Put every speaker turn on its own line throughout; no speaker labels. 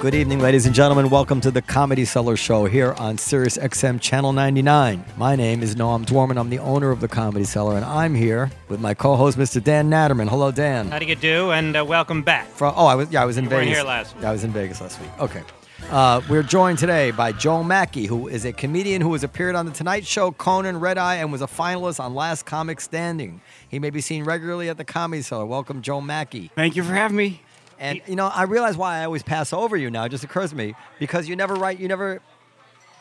Good evening, ladies and gentlemen. Welcome to the Comedy Cellar Show here on Sirius XM Channel 99. My name is Noam Dwarman. I'm the owner of the Comedy Cellar, and I'm here with my co-host, Mr. Dan Natterman. Hello, Dan.
How do you do? And uh, welcome back.
Fro- oh, I was yeah, I was in
weren't
Vegas
here last week.
Yeah, I was in Vegas last week. Okay. Uh, we're joined today by Joe Mackey, who is a comedian who has appeared on The Tonight Show, Conan, Red Eye, and was a finalist on Last Comic Standing. He may be seen regularly at the Comedy Cellar. Welcome, Joe Mackey.
Thank you for having me.
And you know, I realize why I always pass over you now. It just occurs to me because you never write. You never.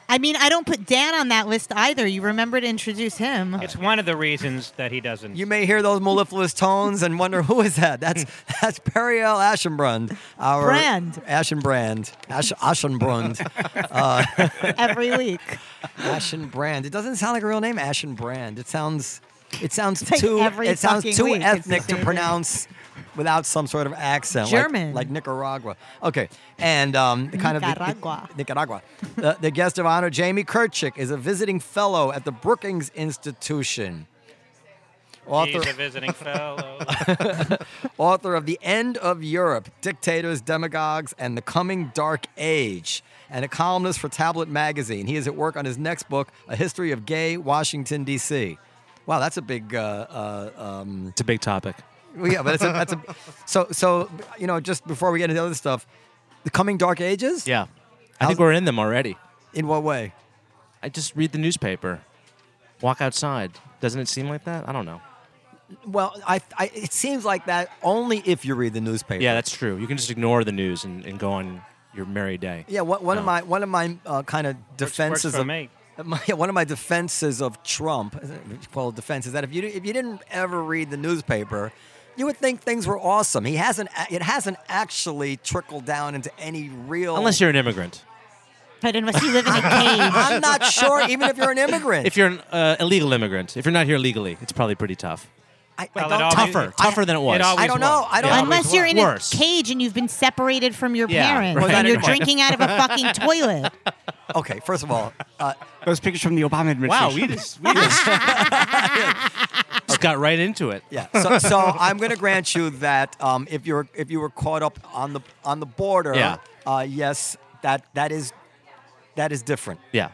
I mean, I don't put Dan on that list either. You remember to introduce him.
It's one of the reasons that he doesn't.
You may hear those mellifluous tones and wonder who is that. That's that's Periel Ashenbrund, our
Brand.
Ashenbrand, Ash, Ashenbrund,
Every week.
Ashenbrand. It doesn't sound like a real name, Ashenbrand. It sounds, it sounds
like
too,
every
it sounds
fucking
too
week it's the
ethnic
same
to
thing.
pronounce without some sort of accent, like-
German.
like, Nicaragua. Okay, and um, the kind of the-
Nicaragua.
Nicaragua. The, the guest of honor, Jamie Kirchick, is a visiting fellow at the Brookings Institution.
He's
Author,
a visiting fellow.
author of The End of Europe Dictators, Demagogues, and the Coming Dark Age, and a columnist for Tablet Magazine. He is at work on his next book, A History of Gay Washington, D.C. Wow, that's a big. Uh, uh, um,
It's a big topic.
well, yeah, but that's a, that's a. So, so you know, just before we get into the other stuff, the coming dark ages.
Yeah. I
How's-
think we're in them already.
In what way?
I just read the newspaper, walk outside. Doesn't it seem like that? I don't know.
Well, I, I it seems like that only if you read the newspaper.
Yeah, that's true. You can just ignore the news and, and go on your merry day.
Yeah, one, one of
No.
my one of my uh, kind of defenses
works for
of
me.
my- yeah, one of my defenses of Trump, is it- what you call it defense, is that if you if you didn't ever read the newspaper, you would think things were awesome. He hasn't a- it hasn't actually trickled down into any real.
Unless you're an immigrant.
But unless you live in a cave.
I'm not sure. Even if you're an immigrant,
If you're an uh, illegal immigrant, if you're not here legally, it's probably pretty tough.
I,
Well,
I
it
don't,
all-
Tougher,
it-
tougher than it was.
always-
I don't know. I don't.
Yeah.
know.
Unless you're in
Worse.
a cage and you've been separated from your
Yeah,
parents
right.
and you're
Right.
drinking out of a fucking toilet.
okay. First of all, uh,
Those pictures from the Obama administration.
wow, we just, we just, just got right into it.
Yeah. So, so I'm going to grant you that um, if you're if you were caught up on the on the border,
Yeah.
uh, yes, that that is that is different.
Yeah.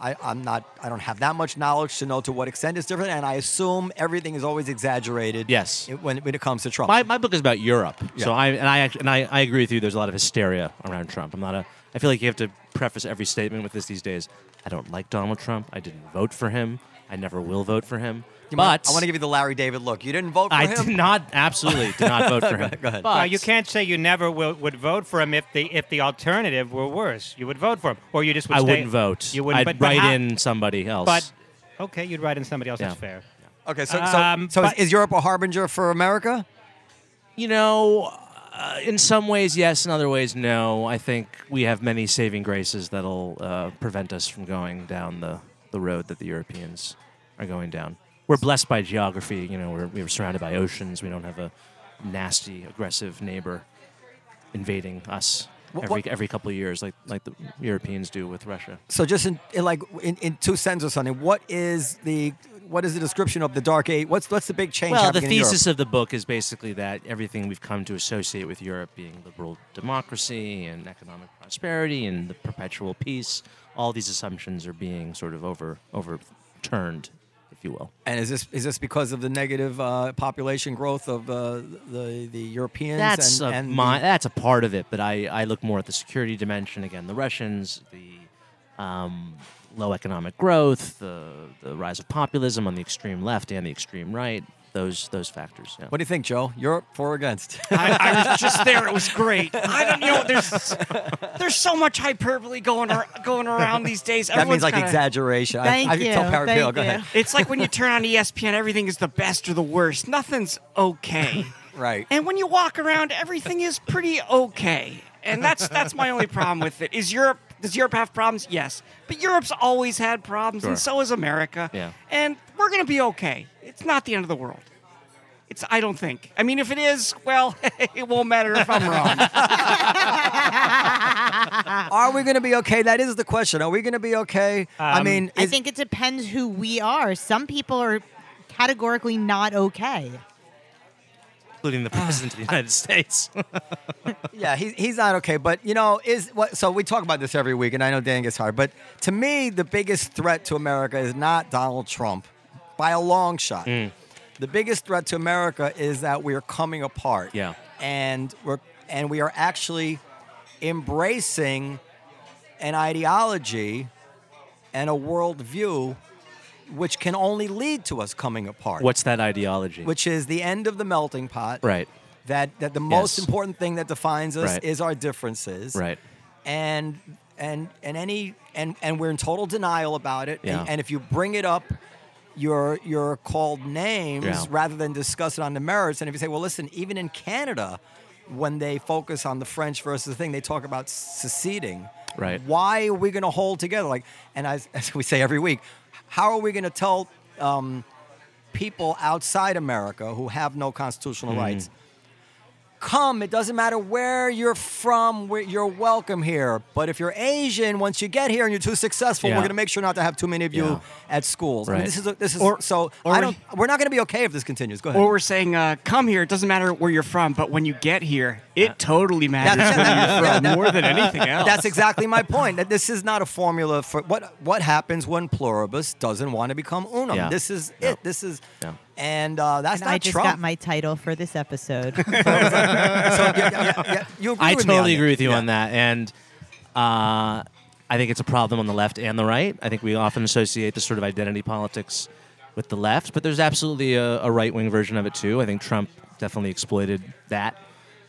I, I'm not. I don't have that much knowledge to know to what extent it's different, and I assume everything is always exaggerated.
Yes.
i- When when it comes to Trump.
My, my book is about Europe.
Yeah.
So I and I act- and I, I agree with you. There's a lot of hysteria around Trump. I'm not a. I feel like you have to preface every statement with this these days. I don't like Donald Trump. I didn't vote for him. I never will vote for him.
You might-
but
I want to give you the Larry David look. You didn't vote for
I
him.
did not absolutely did not vote for him.
Go ahead.
But
Well, you can't say you never will, would vote for him if the if the alternative were worse. You would vote for him, or you just would
I
stay-
wouldn't vote.
You wouldn't.
I'd
but, but
write
how-
in somebody else.
But okay, you'd write in somebody else. That's
Yeah.
fair.
Okay. So so,
Um,
so
but-
is, is Europe a harbinger for America?
you know, uh, in some ways yes, in other ways no. I think we have many saving graces that'll uh, prevent us from going down the the road that the Europeans are going down. We're blessed by geography. You know, we're we're surrounded by oceans. We don't have a nasty, aggressive neighbor invading us.
Wha-
every,
what-
every couple of years, like like the Europeans do with Russia.
So just in, in like in, in two sentences or something, what is the what is the description of the dark age? What's what's the big change?
Well, the
happening in Europe?
thesis of the book is basically that everything we've come to associate with Europe being liberal democracy and economic prosperity and the perpetual peace, all these assumptions are being sort of over overturned, if you will.
And is this is this because of the negative uh, population growth of uh, the the Europeans?
That's
and,
a
and
mi-
the-
that's a part of it, but I, I look more at the security dimension. Again, the Russians, the um, low economic growth, the the rise of populism on the extreme left and the extreme right. Those those factors. Yeah.
what do you think, Joe? Europe for or against?
I, I was just there. It was great. I don't know. There's there's so much hyperbole going ar- going around these days.
that means
Everyone's
like
kinda-
exaggeration. I-
Thank
I, can tell
you,
Parrot
thank
Bill, Go
you.
ahead.
It's like when you turn on E ESPN, everything is the best or the worst. Nothing's okay.
Right.
And when you walk around, everything is pretty okay. And that's that's my only problem with it. Is Europe Does Europe have problems? Yes, but Europe's always had problems,
Sure.
and so has America.
Yeah.
and we're gonna be okay. It's not the end of the world. It's I don't think. I mean, if it is, well, it won't matter if I'm wrong.
Are we going to be okay? That is the question. Are we going to be okay? I
Um,
mean,
I
is-
think it depends who we are. Some people are categorically not okay.
including the president of the United States.
yeah, he's he's not okay. But you know, is what? So we talk about this every week, and I know Dan gets hard. But to me, the biggest threat to America is not Donald Trump, by a long shot. The biggest threat to America is that we are coming apart.
Yeah.
and we're and we are actually embracing an ideology and a worldview which can only lead to us coming apart.
What's that ideology?
which is the end of the melting pot.
right,
that that the most
Yes.
important thing that defines us
Right.
is our differences
right.
and and and any and and we're in total denial about it
Yeah.
and, and if you bring it up you're you're called names
Yeah.
rather than discuss it on the merits and if you say well listen even in canada when they focus on the french versus the thing they talk about seceding
Right.
why are we going to hold together like and as, as we say every week how are we going to tell um, people outside america who have no constitutional
Mm-hmm.
rights come. It doesn't matter where you're from, where you're welcome here. But if you're Asian, once you get here and you're too successful,
Yeah.
we're going to make sure not to have too many of you
Yeah.
at schools. I mean,
Right.
this is a, this is
Or-
so
or
I
we-
don't. We're not going to be okay if this continues. Go ahead.
or we're saying, uh, come here. It doesn't matter where you're from, but when you get here, it totally matters
That's-
where
yeah,
you're
yeah,
from
that-
more than anything else.
That's exactly my point. That this is not a formula for what what happens when pluribus doesn't want to become unum.
Yeah.
This is
Yeah.
it. This is
Yeah.
and uh, that's
And
not
I just
Trump.
got my title for this episode.
So, yeah, yeah, yeah, you agree
I
with me on
totally
that.
agree with you
Yeah.
on that, and uh, I think it's a problem on the left and the right. I think we often associate this sort of identity politics with the left, but there's absolutely a, a right-wing version of it too. I think Trump definitely exploited that,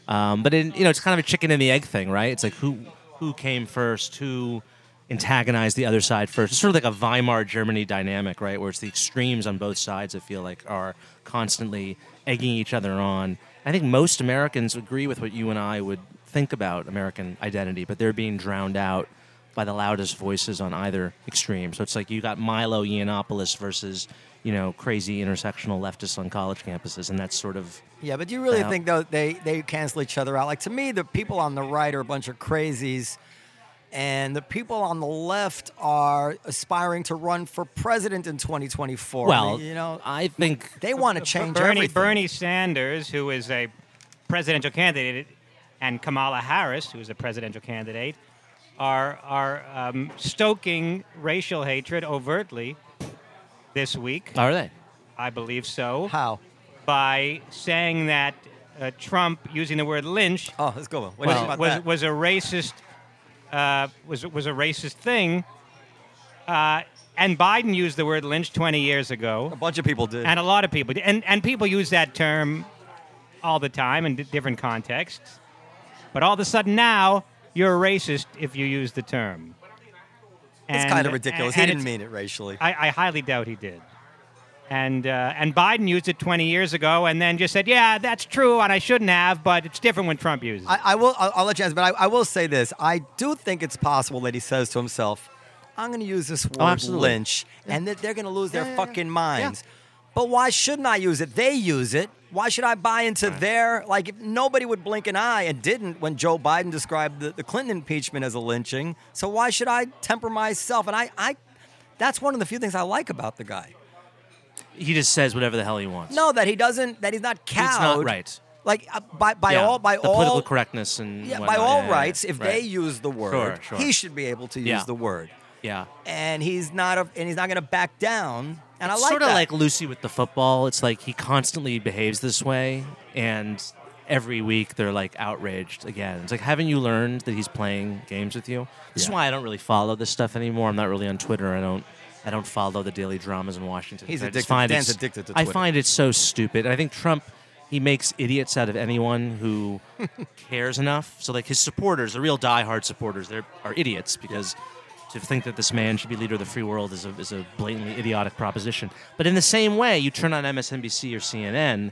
um, but in, you know, it's kind of a chicken and the egg thing, right? It's like who who came first, who antagonized the other side first. It's sort of like a Weimar Germany dynamic, right, where it's the extremes on both sides. I feel like are constantly egging each other on. I think most Americans agree with what you and I would think about American identity, but they're being drowned out by the loudest voices on either extreme. So it's like you got Milo Yiannopoulos versus you know crazy intersectional leftists on college campuses, and that's sort of
Yeah, but do you really
Yeah.
think though they they cancel each other out? Like to me, the people on the right are a bunch of crazies, and the people on the left are aspiring to run for president in 2024. I
well,
mean, you know,
I think
they want to change
Bernie,
everything.
Bernie Sanders, who is a presidential candidate, and Kamala Harris, who is a presidential candidate, are are um, stoking racial hatred overtly this week.
are they
I believe so.
How?
By saying that uh, Trump, using the word lynch,
Oh, let's go. What do you
was,
think about
was,
that?
was a racist uh, was was a racist thing. Uh, and Biden used the word lynch 20 years ago
a bunch of people did.
and a lot of people and and people use that term all the time in di different contexts but all of a sudden now you're a racist if you use the term
it's
And-
kind of ridiculous.
and
he didn't
it's-
mean it racially.
I, I highly doubt he did and uh, and Biden used it 20 years ago and then just said yeah that's true and I shouldn't have but it's different when Trump uses it
I, I will. I'll, I'll let you answer, but I, I will say this: I do think it's possible that he says to himself, "I'm going to use this word
absolutely.
lynch, and that they're going to lose their fucking minds." But why shouldn't I use it? They use it. Why should I buy into their like? If nobody would blink an eye and didn't when Joe Biden described the, the Clinton impeachment as a lynching. So why should I temper myself? And I, I, that's one of the few things I like about the guy.
he just says whatever the hell he wants.
No, that he doesn't. That he's not cowed.
not right.
Like uh, by by
Yeah,
all by
the
all
political correctness and
yeah, by
whatnot.
all
Yeah, yeah,
rights,
yeah.
if
Right.
they use the word,
Sure, sure.
he should be able to use
Yeah.
the word.
yeah,
And he's not a, and he's not going to back down. And I
it's
like
sort of
that.
like Lucy with the football. It's like he constantly behaves this way, and every week they're like outraged again. It's like, haven't you learned that he's playing games with you? This is
Yeah.
why I don't really follow this stuff anymore. I'm not really on Twitter. I don't. I don't follow the daily dramas in Washington.
He's
I just
addicted-
find
Dan's
it's-
addicted to
I
Twitter.
find it so stupid. And I think Trump, he makes idiots out of anyone who cares enough. So like his supporters, the real diehard supporters, they are idiots because to think that this man should be leader of the free world is a, is a blatantly idiotic proposition. But in the same way, you turn on MSNBC or CNN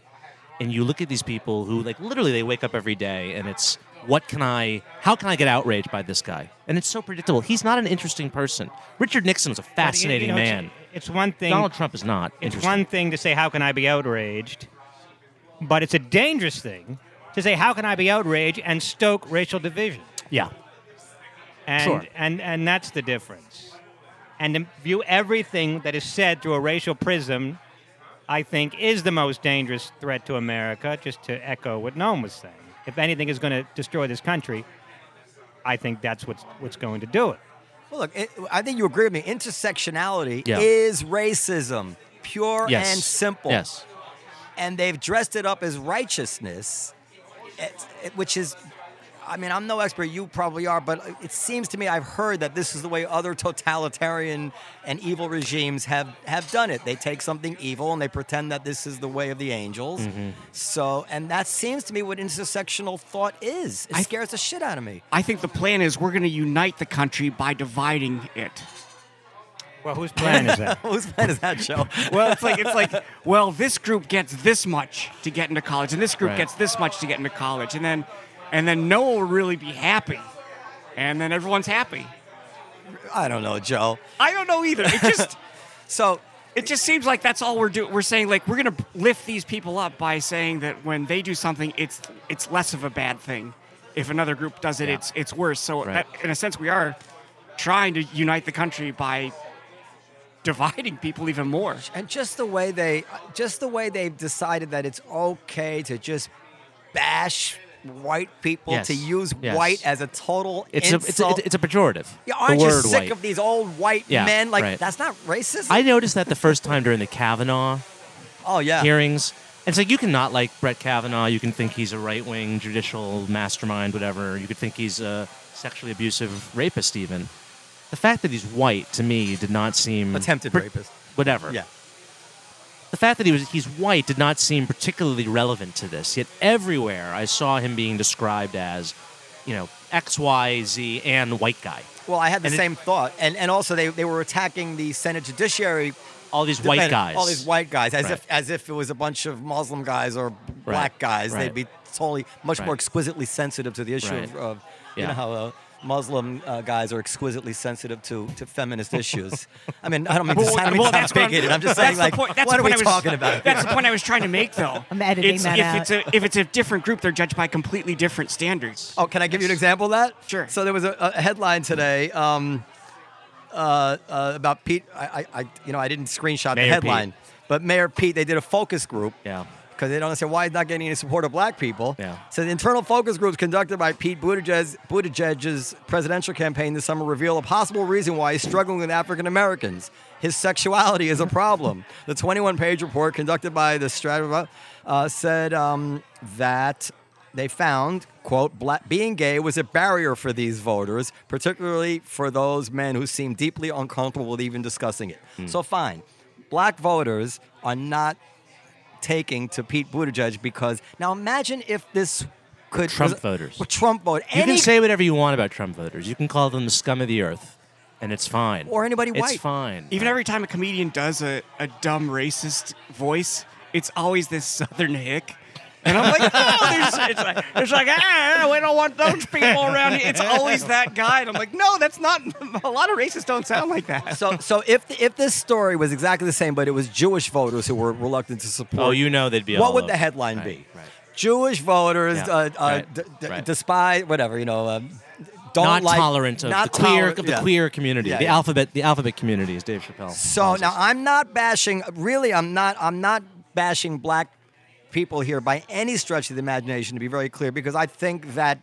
and you look at these people who like literally they wake up every day and it's what can I, how can I get outraged by this guy? And it's so predictable. He's not an interesting person. Richard Nixon was a
But, you- you
fascinating
know, it's-
man.
It's one thing.
Donald Trump is not.
It's
interesting.
one thing to say, how can I be outraged? But it's a dangerous thing to say, how can I be outraged and stoke racial division?
Yeah.
And,
Sure.
and, and that's the difference. And to view everything that is said through a racial prism, I think, is the most dangerous threat to America, just to echo what Noam was saying. If anything is going to destroy this country, I think that's what's, what's going to do it.
Well, look, it, I think you agree with me. Intersectionality
Yeah.
is racism, pure
Yes.
and simple.
Yes.
And they've dressed it up as righteousness, it- it- which is, I mean, I'm no expert. You probably are, but it seems to me I've heard that this is the way other totalitarian and evil regimes have have done it. They take something evil and they pretend that this is the way of the angels. So, and that seems to me what intersectional thought is. It scares the shit out of me.
I think the plan is we're going to unite the country by dividing it.
Well, whose plan is that?
Whose plan is that, Joe?
Well, it's like it's like well, this group gets this much to get into college, and this group
Right.
gets this much to get into college, and then and then no one will really be happy, and then everyone's happy.
I don't know, Joe.
I don't know either. It just
So
it just seems like that's all we're doing. We're saying like we're going to lift these people up by saying that when they do something, it's it's less of a bad thing. If another group does it,
Yeah.
it's it's worse. So
Right.
that, in a sense, we are trying to unite the country by dividing people even more.
and just the way they just the way they've decided that it's okay to just bash white people
Yes.
to use
Yes.
white as a total
It's a, it's, a,
insult.
it's a pejorative.
Yeah,
the
aren't you
word
sick
white.
of these old white
Yeah,
men? Like
right.
that's not racist.
I noticed that the first time during the Kavanaugh
oh yeah.
hearings. It's like you can not like Brett Kavanaugh. You can think he's a right wing judicial mastermind, whatever. You could think he's a sexually abusive rapist, even. The fact that he's white to me did not seem
Attempted
par-
rapist.
Whatever.
Yeah.
The fact that he was he's white did not seem particularly relevant to this. Yet everywhere I saw him being described as, you know, X, Y, Z, and white guy.
Well, I had the
And it-
same thought, and and also they they were attacking the Senate Judiciary.
All these white
defendant-
guys.
All these white guys, as
Right.
if as if it was a bunch of Muslim guys or b- black guys.
right.
They'd be totally much more
Right.
exquisitely sensitive to the issue of,
Right.
of you know
Yeah.
how. Uh, Muslim uh, guys are exquisitely sensitive to, to feminist issues. I mean, I don't mean to
Well,
sound, I mean,
well,
to sound
that's what I'm-
bigoted. I'm, just
that's
saying,
the
like,
point- that's
what
the
are we
point I was-
talking about?
That's the point I was trying to make, though.
I'm editing
It's-
that
if
out.
It's a, if it's a different group, they're judged by completely different standards.
Oh, can I give you an example of that?
Sure.
So there was a, a headline today um, uh, uh, about Pete. I, I, I, you know, I didn't screenshot the
Mayor Pete.
headline, but Mayor Pete. They did a focus group.
Yeah.
Because they don't understand why he's not getting any support of black people.
Yeah.
So the internal focus groups conducted by Pete Buttigieg, Buttigieg's presidential campaign this summer reveal a possible reason why he's struggling with African Americans. His sexuality is a problem. the 21-page report conducted by the Stradiva uh, said um, that they found, quote, black, being gay was a barrier for these voters, particularly for those men who seem deeply uncomfortable with even discussing it. So fine, black voters are not taking to Pete Buttigieg because now imagine if this could
Trump
was-
voters.
were Trump vote.
You
Any-
can say whatever you want about Trump voters. You can call them the scum of the earth, and it's fine.
Or anybody white.
It's fine.
Even every time a comedian does a, a dumb racist voice, it's always this southern hick. And I'm like, no, there's, it's like, it's like, ah, we don't want those people around here. It's always that guy. And I'm like, no, that's not, a lot of racists don't sound like that.
so so if if this story was exactly the same, but it was Jewish voters who were reluctant to support.
Oh, you know they'd be.
what
all
would
over.
the headline be?
Right, right.
Jewish voters
Yeah,
uh, uh,
right,
d- d-
right.
despise whatever you know. Um, don't
Not
like,
tolerant of
not
the queer
tolerant-
of the
yeah.
queer community,
Yeah,
the
yeah.
alphabet, the alphabet community, as Dave Chappelle.
So
calls
now
us.
I'm not bashing. Really, I'm not. I'm not bashing black people here by any stretch of the imagination. To be very clear, because I think that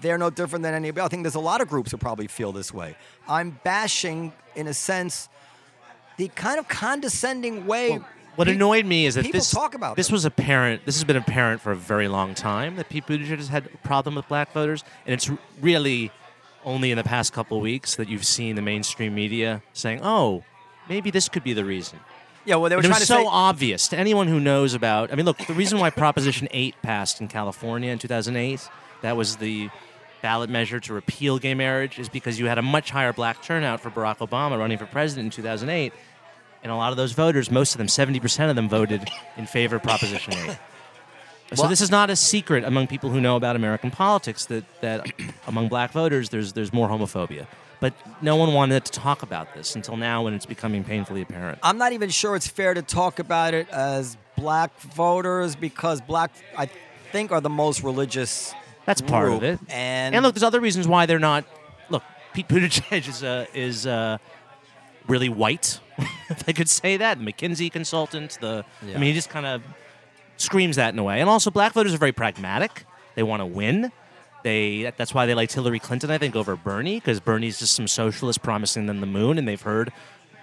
they're no different than anybody. I think there's a lot of groups who probably feel this way. I'm bashing, in a sense, the kind of condescending way.
What
pe-
annoyed me is that
people
this
talk about
this
them.
was apparent. This has been apparent for a very long time that Pete Buttigieg has had a problem with black voters, and it's r- really only in the past couple weeks that you've seen the mainstream media saying, "Oh, maybe this could be the reason."
Yeah, well, they were
it
trying
was
to
so
say.
obvious to anyone who knows about. I mean, look, the reason why Proposition 8 passed in California in 2008, that was the ballot measure to repeal gay marriage, is because you had a much higher black turnout for Barack Obama running for president in 2008. And a lot of those voters, most of them, 70% of them voted in favor of Proposition 8. So this is not a secret among people who know about American politics that that among black voters there's there's more homophobia. But no one wanted to talk about this until now when it's becoming painfully apparent.
I'm not even sure it's fair to talk about it as black voters because black, I think, are the most religious.
That's part of
group.
it.
And,
look, there's other reasons why they're not. Look, Pete Buttigieg is uh, is uh, really white. if I could say that, the McKinsey consultant. The I
Yeah.
mean, he just kind of screams that in a way. And also, black voters are very pragmatic. They want to win. They that- that's why they liked Hillary Clinton, I think, over Bernie because Bernie's just some socialist promising them the moon, and they've heard.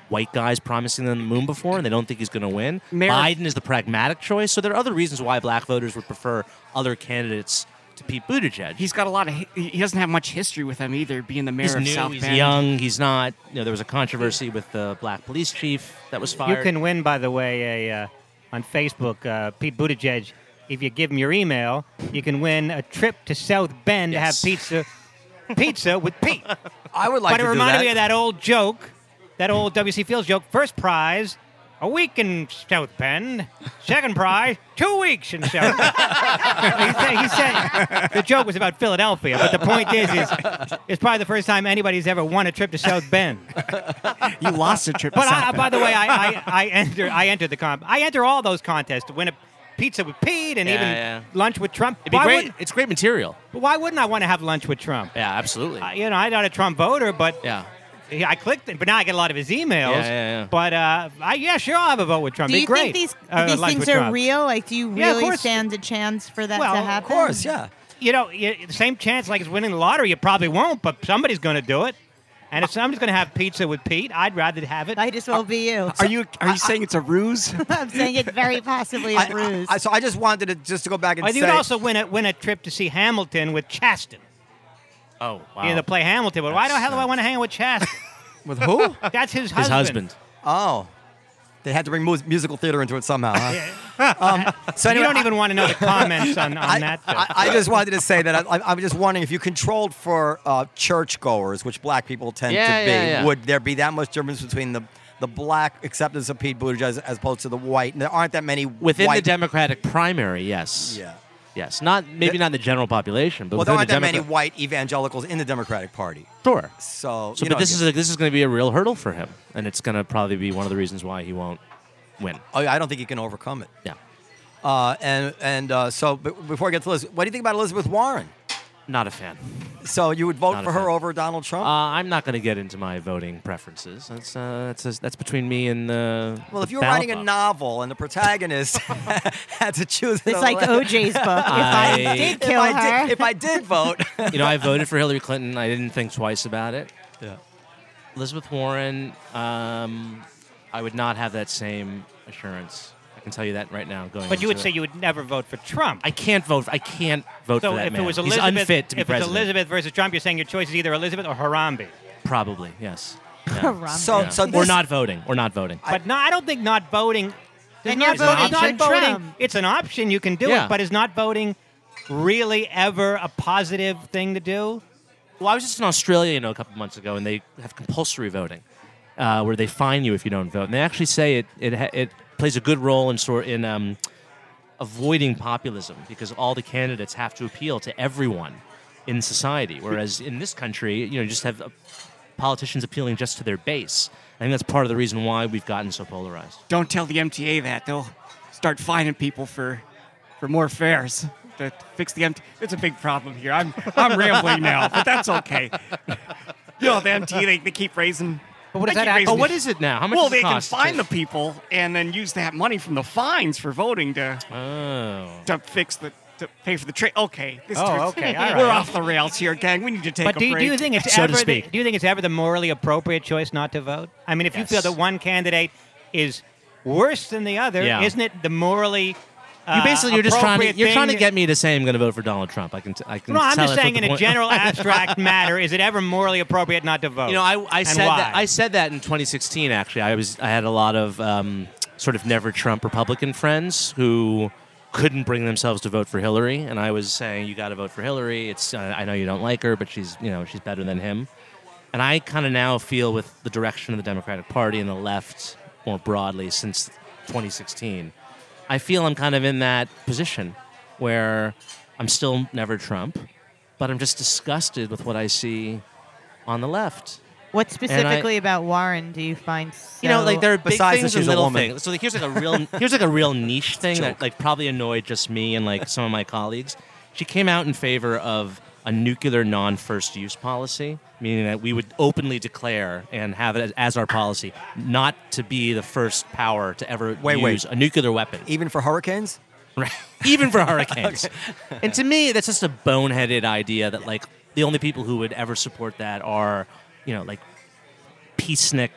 White guys promising them the moon before, and they don't think he's going to win.
Mayor-
Biden is the pragmatic choice, so there are other reasons why black voters would prefer other candidates to Pete Buttigieg.
He's got a lot of. hi- He he doesn't have much history with him either, being the mayor
He's
of
new.
South
he's
Bend.
young. He's not. You know, there was a controversy with the black police chief that was fired.
You can win, by the way, a uh, on Facebook, uh, Pete Buttigieg. If you give him your email, you can win a trip to South Bend
Yes.
to have pizza, pizza with Pete.
I would like
but
to
it
do
reminded
that.
me of that old joke, that old W.C. Fields joke. First prize, a week in South Bend. Second prize, two weeks in South Bend. he, said, he said the joke was about Philadelphia, but the point is, is it's probably the first time anybody's ever won a trip to South Bend.
You lost a trip. to
But
South
I, uh,
Bend.
by the way, I, I, I enter I entered the comp. I enter all those contests to win a pizza with Pete and
Yeah,
even
yeah.
lunch with Trump.
It'd be
Why,
great.
wouldn't,
It's great material.
why wouldn't I want to have lunch with Trump?
Yeah, absolutely.
I- you know, I'm not a Trump voter, but
yeah.
he- I clicked it, but now I get a lot of his emails.
Yeah, yeah, yeah.
But uh, I, yeah, sure, I'll have a vote with Trump.
Do
Be
you
great.
think these
Uh,
these
lunch
things
with
are
Trump.
real? Like, do you
Yeah, of
really
course.
stand a chance for that
Well,
to
of
happen?
Of course, yeah.
You know, you, the same chance like it's winning the lottery. You probably won't, but somebody's going to do it. And if somebody's going to have pizza with Pete, I'd rather have it.
Might as well be you.
are you are you saying it's a ruse?
I'm saying it very possibly
I-
a ruse.
I- so I just wanted to just to go back and
I
say.
would also win a win a trip to see Hamilton with Chaston.
Oh wow.
You know, to play Hamilton. But why the
That's
hell do I
nuts.
want to hang out with Chaston?
with who?
That's his husband.
His husband.
oh, they had to bring mu- musical theater into it somehow. Huh? um, so
You
anyway,
don't even want to know the comments on, on
I,
that.
I,
though.
I just wanted to say that I, I, I'm just wondering if you controlled for uh, churchgoers, which black people tend
Yeah,
to be,
yeah, yeah.
would there be that much difference between the the black acceptance of Pete Buttigieg as, as opposed to the white? And there aren't that many
Within
white.
the Democratic primary, yes.
yeah.
Yes. Not maybe not in the general population, but
Well, there
within
aren't
the
that many
Democrat-
white evangelicals in the Democratic Party.
Sure.
So,
So,
you
but
know,
this is a, this is going to be a real hurdle for him, and it's going to probably be one of the reasons why he won't win.
oh, yeah, I don't think he can overcome it.
Yeah.
Uh, and and uh, so b- before I get to Liz, what do you think about Elizabeth Warren?
Not a fan.
So you would vote
Not a
for her
fan.
over Donald Trump?
Uh, I'm not going to get into my voting preferences. That's uh, that's that's between me and the.
well,
the
if you were
ballot
writing a
box.
novel and the protagonist had to choose,
it's like OJ's book. If I,
I-
did
if
kill
I
her,
did, if I did vote,
you know, I voted for Hillary Clinton. I didn't think twice about it. Elizabeth Warren, um, I would not have that same assurance. I can tell you that right now. Going,
but you
into
would
it.
say you would never vote for Trump.
I can't vote. I can't vote
so
for that
if
man.
it was
He's
Elizabeth,
unfit to be
if
president.
it's Elizabeth versus Trump, you're saying your choice is either Elizabeth or Harambe.
probably yes. Yeah.
Harambe.
so
Yeah.
so
we're
this-
not voting. We're not voting.
But no, I don't think not voting.
And
not
you're voting
not
for
voting.
Trump.
It's an option. You can do
Yeah.
it, but is not voting really ever a positive thing to do?
Well, I was just in Australia, you know, a couple months ago, and they have compulsory voting, uh, where they fine you if you don't vote. And they actually say it it, ha- it plays a good role in sort in um, avoiding populism because all the candidates have to appeal to everyone in society, whereas in this country, you know, you just have uh, politicians appealing just to their base. I think that's part of the reason why we've gotten so polarized.
Don't tell the MTA that. They'll start fining people for for more fares to fix the MTA. It's a big problem here. I'm I'm rambling now, but that's okay. You know, the MTA they, they keep raising. But
what does that
Oh, what is it now? How much?
Well,
does it
they can
cost
fine
to-
the people and then use that money from the fines for voting to
Oh.
to fix the to pay for the train. Okay, this
Oh,
turns-
okay, all right.
we're off the rails here, gang. We need to take
But
a
do you,
break.
do you think it's
So to
ever the,
speak.
do you think it's ever the morally appropriate choice not to vote? I mean, if you feel
Yes.
that one candidate is worse than the other,
Yeah.
isn't it the morally uh,
You basically you're just trying to
appropriate
you're trying to
thing-
get me to say I'm going to vote for Donald Trump. I can t- I can.
No, I'm
tell
just
that's
saying, in
what the
a
point-
general abstract matter, is it ever morally appropriate not to vote?
You know, I, I
And
said
why?
that I said that in 2016. Actually, I was I had a lot of um, sort of never Trump Republican friends who couldn't bring themselves to vote for Hillary, and I was saying you got to vote for Hillary. It's uh, I know you don't like her, but she's you know she's better than him. And I kind of now feel with the direction of the Democratic Party and the left more broadly since 2016, I feel I'm kind of in that position where I'm still never Trump, but I'm just disgusted with what I see on the left.
What specifically about Warren do you find? So
you know, like there are big
Besides that
things and
she's a
little
woman.
things. So like, here's like a real here's like a real niche thing that like probably annoyed just me and like some of my colleagues. She came out in favor of a nuclear non-first use policy, meaning that we would openly declare and have it as our policy not to be the first power to ever
Wait, wait.
use a nuclear weapon.
Even for hurricanes?
Right. even for hurricanes. And to me, that's just a boneheaded idea that like the only people who would ever support that are, you know, like peacenik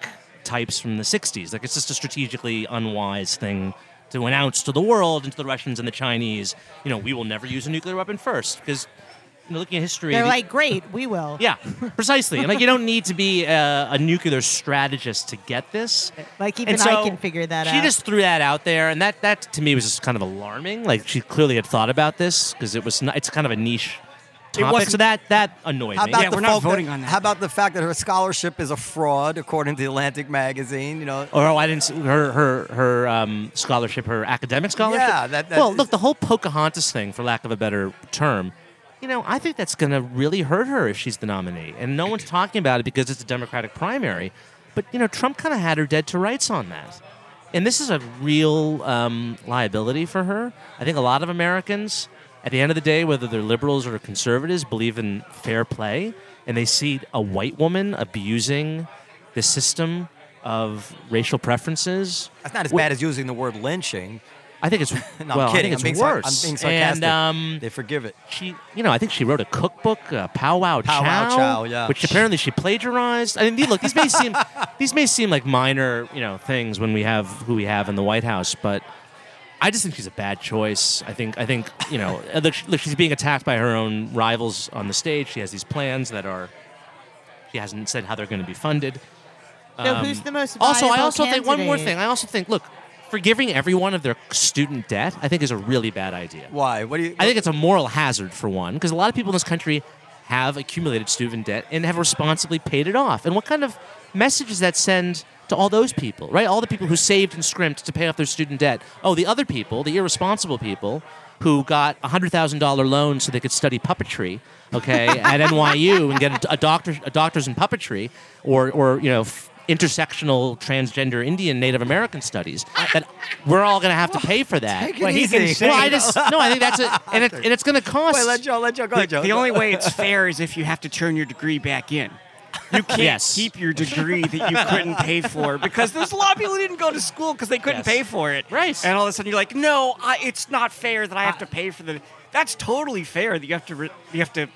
types from the '60s. Like it's just a strategically unwise thing to announce to the world and to the Russians and the Chinese. You know, we will never use a nuclear weapon first because. You know, looking at history,
they're
the-
like, great, we will.
yeah, precisely. And like, you don't need to be a, a nuclear strategist to get this.
Like, even
And so
I can figure that
She
out.
just threw that out there, and that that to me was just kind of alarming. Like, she clearly had thought about this because it was not, it's kind of a niche topic.
wasn't-
So that that annoyed
How
me.
about
Yeah,
the
we're not
fact that-
voting on that.
How about the fact that her scholarship is a fraud, according to the Atlantic magazine? You know,
Or oh, I didn't. s- Her her her um, scholarship, her academic scholarship.
Yeah, that- that
well,
is-
look, the whole Pocahontas thing, for lack of a better term, you know, I think that's going to really hurt her if she's the nominee, and no one's talking about it because it's a Democratic primary. But you know, Trump kind of had her dead to rights on that, and this is a real um, liability for her. I think a lot of Americans, at the end of the day, whether they're liberals or conservatives, believe in fair play, and they see a white woman abusing the system of racial preferences.
that's not as
Wh-
bad as using the word lynching.
I think it's
No,
well,
I'm kidding. I'm,
I think it's
being sar-
worse.
I'm being
And
sarcastic.
um,
they forgive it.
she, you know, I think she wrote a cookbook, uh, Pow Wow Chow,
Pow Wow Chow, yeah.
which apparently she plagiarized. I mean, the- look, these may seem these may seem like minor, you know, things when we have who we have in the White House, but I just think she's a bad choice. I think I think you know, uh, look, she- look, she's being attacked by her own rivals on the stage. She has these plans that are she hasn't said how they're going to be funded.
so who's the most?
um, Also, I
viable
also think one more
candidate?
thing. I also think look, forgiving everyone of their student debt, I think, is a really bad idea.
Why? What do you?
I think it's a moral hazard for one, because a lot of people in this country have accumulated student debt and have responsibly paid it off. And what kind of message does that send to all those people, right? All the people who saved and scrimped to pay off their student debt. Oh, the other people, the irresponsible people who got a $100,000 loan so they could study puppetry, okay, at NYU and get a, a, doctor, a doctor's in puppetry or, or you know, f- intersectional transgender Indian Native American studies. That we're all going to have to pay for that.
Take it
Well, he's
easy.
insane.
Well, I just no. I think that's it, and, it, and it's going to cost.
Wait, let Joe. Let Joe go.
The,
Joe.
the only way it's fair is if you have to turn your degree back in. You can't
Yes.
keep your degree that you couldn't pay for because there's a lot of people who didn't go to school because they couldn't
Yes.
pay for it.
Right.
And all of a sudden you're like, no, I, it's not fair that I have to pay for the. That's totally fair that you have to re, you have to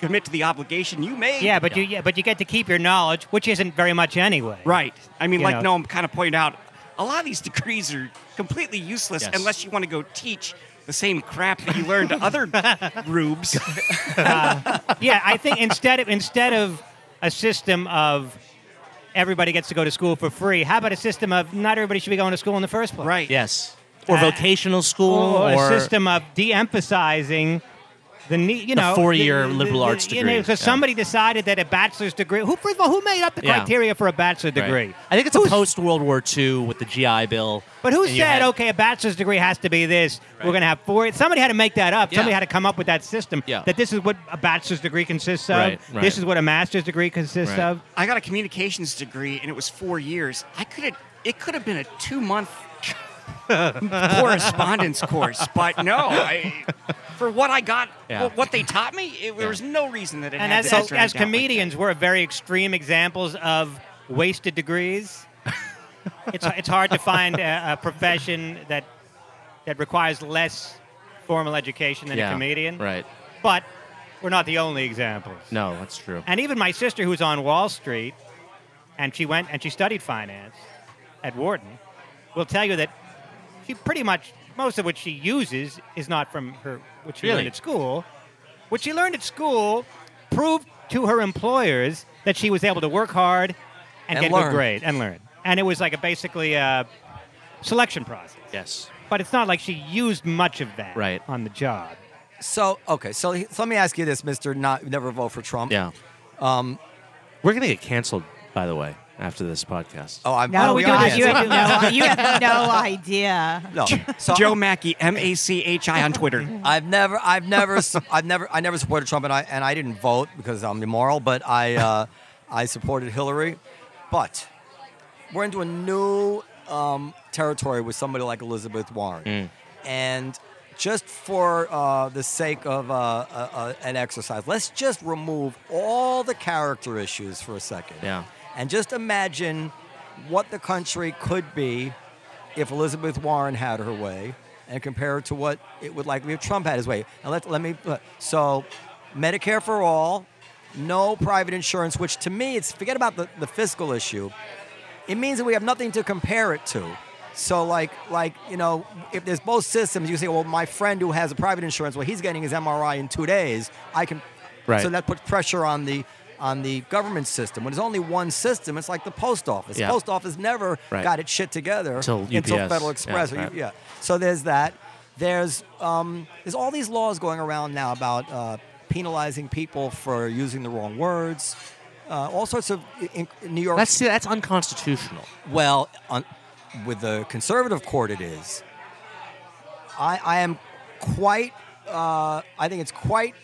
commit to the obligation you made.
Yeah, but you yeah, but you get to keep your knowledge, which isn't very much anyway.
Right. I mean,
You
like
know.
Noam kind of pointed out, a lot of these degrees are completely useless
Yes.
unless you want to go teach the same crap that you learned to other rubes.
yeah, I think instead of instead of a system of everybody gets to go to school for free, how about a system of not everybody should be going to school in the first place?
Right.
yes, or
Uh,
vocational school,
Or,
or,
a system of de-emphasizing the need, you
The
know,
four-year liberal arts
you
degree,
know, 'cause
yeah.
somebody decided that a bachelor's degree. Who first of all, who made up the
Yeah.
criteria for a bachelor's
Right.
degree?
I think it's a post World War II with the GI Bill.
But who
and
said,
you had-
okay, a bachelor's degree has to be this? We're going to have four. Somebody had to make that up. Somebody
Yeah.
had to come up with that system
Yeah.
that this is what a bachelor's degree consists of.
Right, right.
This is what a master's degree consists
Right.
of.
I got a communications degree and it was four years. I could have, it could have been a two month correspondence course, but no, I, for what I got,
Yeah.
what- what they taught me, it, there was no reason that it
And
had
as,
to be
as,
dragged
as
out like that.
comedians, we're very extreme examples of wasted degrees. it's, it's hard to find a, a profession that, that requires less formal education than
Yeah,
a comedian.
Right.
But we're not the only examples.
No, that's true.
And even my sister, who's on Wall Street, and she went and she studied finance at Wharton, will tell you that she pretty much most of what she uses is not from her what she
Really?
learned at school. What she learned at school proved to her employers that she was able to work hard and,
And
get
learn.
good grade and learn. And it was like a basically a selection process.
Yes.
But it's not like she used much of that
Right.
on the job.
so okay. So, he- so let me ask you this, Mister. Not never vote for Trump.
Yeah. Um, we're gonna get canceled, by the way. after this podcast.
Oh, I'm.
No,
we
God,
audience.
you have no, you have no idea.
no. So
Joe Mackey, M A C H I on Twitter.
I've never, I've never, su- I've never, I never supported Trump, and I and I didn't vote because I'm immoral. But I, uh, I supported Hillary. But we're into a new um, territory with somebody like Elizabeth Warren, and just for uh, the sake of uh, uh, uh, an exercise, let's just remove all the character issues for a second.
Yeah.
And just imagine what the country could be if Elizabeth Warren had her way and compare it to what it would likely if Trump had his way. And let, let me, so Medicare for all, no private insurance, which to me, it's forget about the, the fiscal issue. It means that we have nothing to compare it to. So like, like, you know, if there's both systems, you say, well, my friend who has a private insurance, well, he's getting his MRI in two days. I can,
Right.
so that puts pressure on the, on the government system. When there's only one system, it's like the post office.
Yeah.
The post office never
Right.
got its shit together
Till
until
UPS.
Federal
Yeah,
Express. or
right.
U- yeah. So there's that. There's um, there's all these laws going around now about uh, penalizing people for using the wrong words. Uh, all sorts of in, in New York.
That's that's unconstitutional.
well, on, with the conservative court, it is. I, I am quite. Uh, I think it's quite.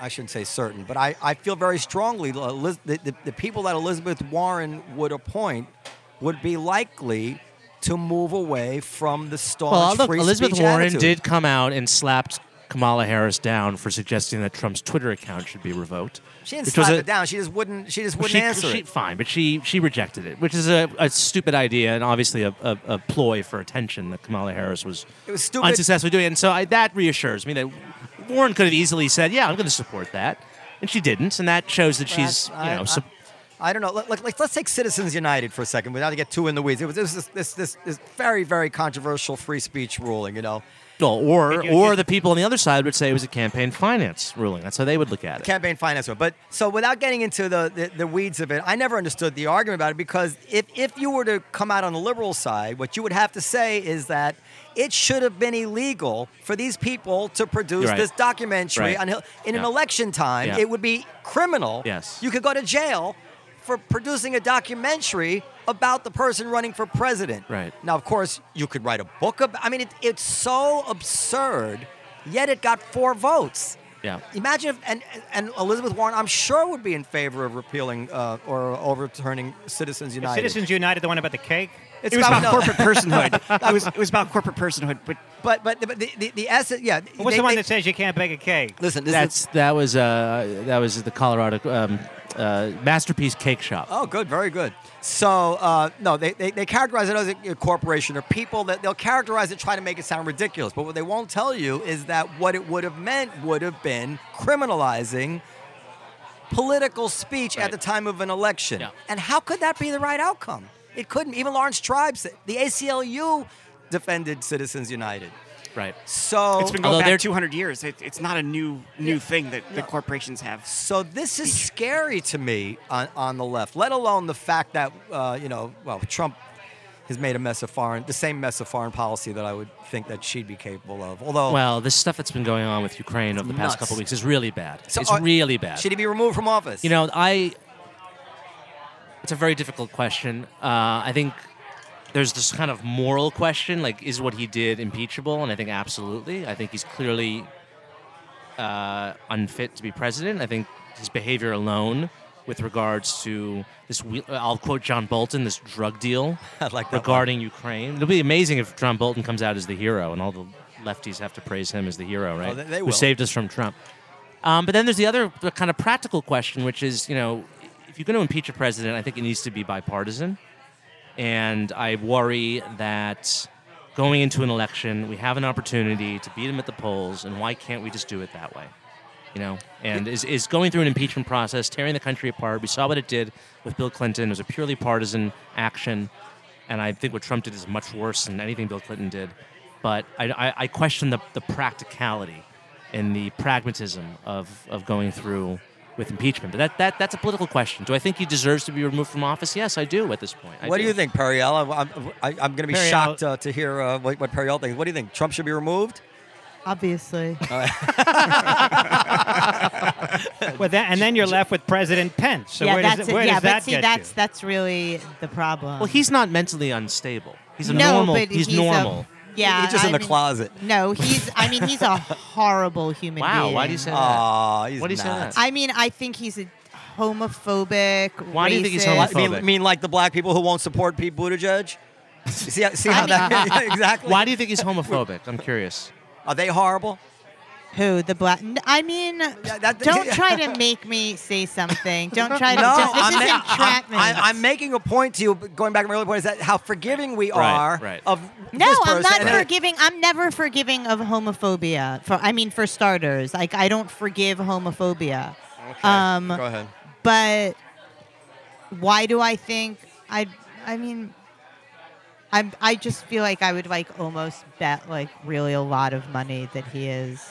I shouldn't say certain, but I, I feel very strongly the, Eliz- the, the, the people that Elizabeth Warren would appoint would be likely to move away from the staunch
Well, look,
free
Elizabeth
speech
Warren
attitude.
did come out and slapped Kamala Harris down for suggesting that Trump's Twitter account should be revoked.
She didn't
which was
slap
a-
it down. She just wouldn't. She just wouldn't
she,
answer
she-
it.
Fine, but she she rejected it, which is a, a stupid idea and obviously a, a, a ploy for attention that Kamala Harris was,
It was stupid.
unsuccessfully doing. And so I, that reassures me that Warren could have easily said, "Yeah, I'm going to support that," and she didn't, and that shows that she's you know.
I- I-
sup-
I don't know. Let, let, let's take Citizens United for a second without to get too in the weeds. It was this this, this, this, this very, very controversial free speech ruling, you know.
well, or
you-
or
you-
the people on the other side would say it was a campaign finance ruling. That's how they would look at it.
campaign finance one. But so without getting into the, the, the weeds of it, I never understood the argument about it because if, if you were to come out on the liberal side, what you would have to say is that it should have been illegal for these people to produce
Right.
this documentary
Right.
on Hill- in an
Yeah.
election time.
Yeah.
It would be criminal.
Yes.
You could go to jail for producing a documentary about the person running for president.
Right.
Now, of course, you could write a book about I mean, it, it's so absurd, yet it got four votes.
yeah.
Imagine if and and Elizabeth Warren, I'm sure would be in favor of repealing uh, or overturning Citizens United.
Citizens United, the one about the cake.
it's
It was about
no,
corporate personhood. It was, it was about corporate personhood, but
but but the the, the, the essence, yeah.
What's
they-
the one
they-
that says you can't bake a cake?
Listen, this
That's
is,
that was uh that was the Colorado um, uh, masterpiece cake shop.
oh, good, very good. So uh, no, they, they they characterize it as a, a corporation or people that they'll characterize it, try to make it sound ridiculous. But what they won't tell you is that what it would have meant would have been criminalizing political speech at
Right.
the time of an election.
Yeah.
And how could that be the right outcome? It couldn't. Even Lawrence Tribe said the ACLU defended Citizens United.
Right.
So
it's been
Although
going
they're-
back 200 years. It, it's not a new new thing that the corporations have.
so this is scary to me on, on the left, let alone the fact that uh, you know, well, Trump has made a mess of foreign the same mess of foreign policy that I would think that she'd be capable of. Although
Well, this stuff that's been going on with Ukraine over the past
Nuts.
couple weeks is really bad.
so
it's
are-
really bad.
Should he be removed from office?
You know, I. It's a very difficult question. Uh, I think there's this kind of moral question, like, is what he did impeachable? And I think absolutely. I think he's clearly uh, unfit to be president. I think his behavior alone, with regards to this, we- I'll quote John Bolton, this drug deal
I like that one.
regarding Ukraine. It'll be amazing if John Bolton comes out as the hero, and all the lefties have to praise him as the hero, right?
Oh, they- they
Who
will.
saved us from Trump. Um, but then there's the other kind of practical question, which is, you know, if you're going to impeach a president, I think it needs to be bipartisan. And I worry that going into an election, we have an opportunity to beat him at the polls, and why can't we just do it that way? You know, and is, is going through an impeachment process, tearing the country apart. We saw what it did with Bill Clinton. It was a purely partisan action. And I think what Trump did is much worse than anything Bill Clinton did. But I, I, I question the, the practicality and the pragmatism of, of going through with impeachment. But that, that, that's a political question. Do I think he deserves to be removed from office? Yes, I do at this point. I
What do you think, Periel? I'm, I'm, I- I'm going to be
Periel-
shocked uh, to hear uh, what, what Periel thinks. What do you think? Trump should be removed?
Obviously.
Well, then, and then you're left with President Pence. So
yeah,
where does,
that's
it-
it.
where
yeah,
does
but
that
see,
get
that's
you?
that's really the problem.
Well, he's not mentally unstable. He's a
no,
normal.
but
he's,
he's a-
normal.
yeah,
He's just
I
in the
mean-
closet.
No, he's. I mean, he's a horrible human being.
wow, why do you say that?
Aw, he's
Why do you say
not.
that?
I mean, I think he's a homophobic.
Why do you think he's
racist-
homophobic?
I mean, mean like the black people who won't support Pete Buttigieg? see, how- see how that yeah, exactly?
Why do you think he's homophobic? I'm curious.
Are they horrible?
Who the black? n- I mean,
that-
don't try to make me say something. Don't try to.
No,
just, this
I'm,
is
ma- I'm-
entrapment.
I'm- I'm making a point to you, but going back to my earlier point, is that how forgiving we
Right,
are
right.
of
no,
this
I'm
person.
not
And then-
forgiving. I'm never forgiving of homophobia. For I mean, for starters, like I don't forgive homophobia. Um,
Go ahead.
but why do I think I? I mean, I'm. I just feel like I would like almost bet like really a lot of money that he is.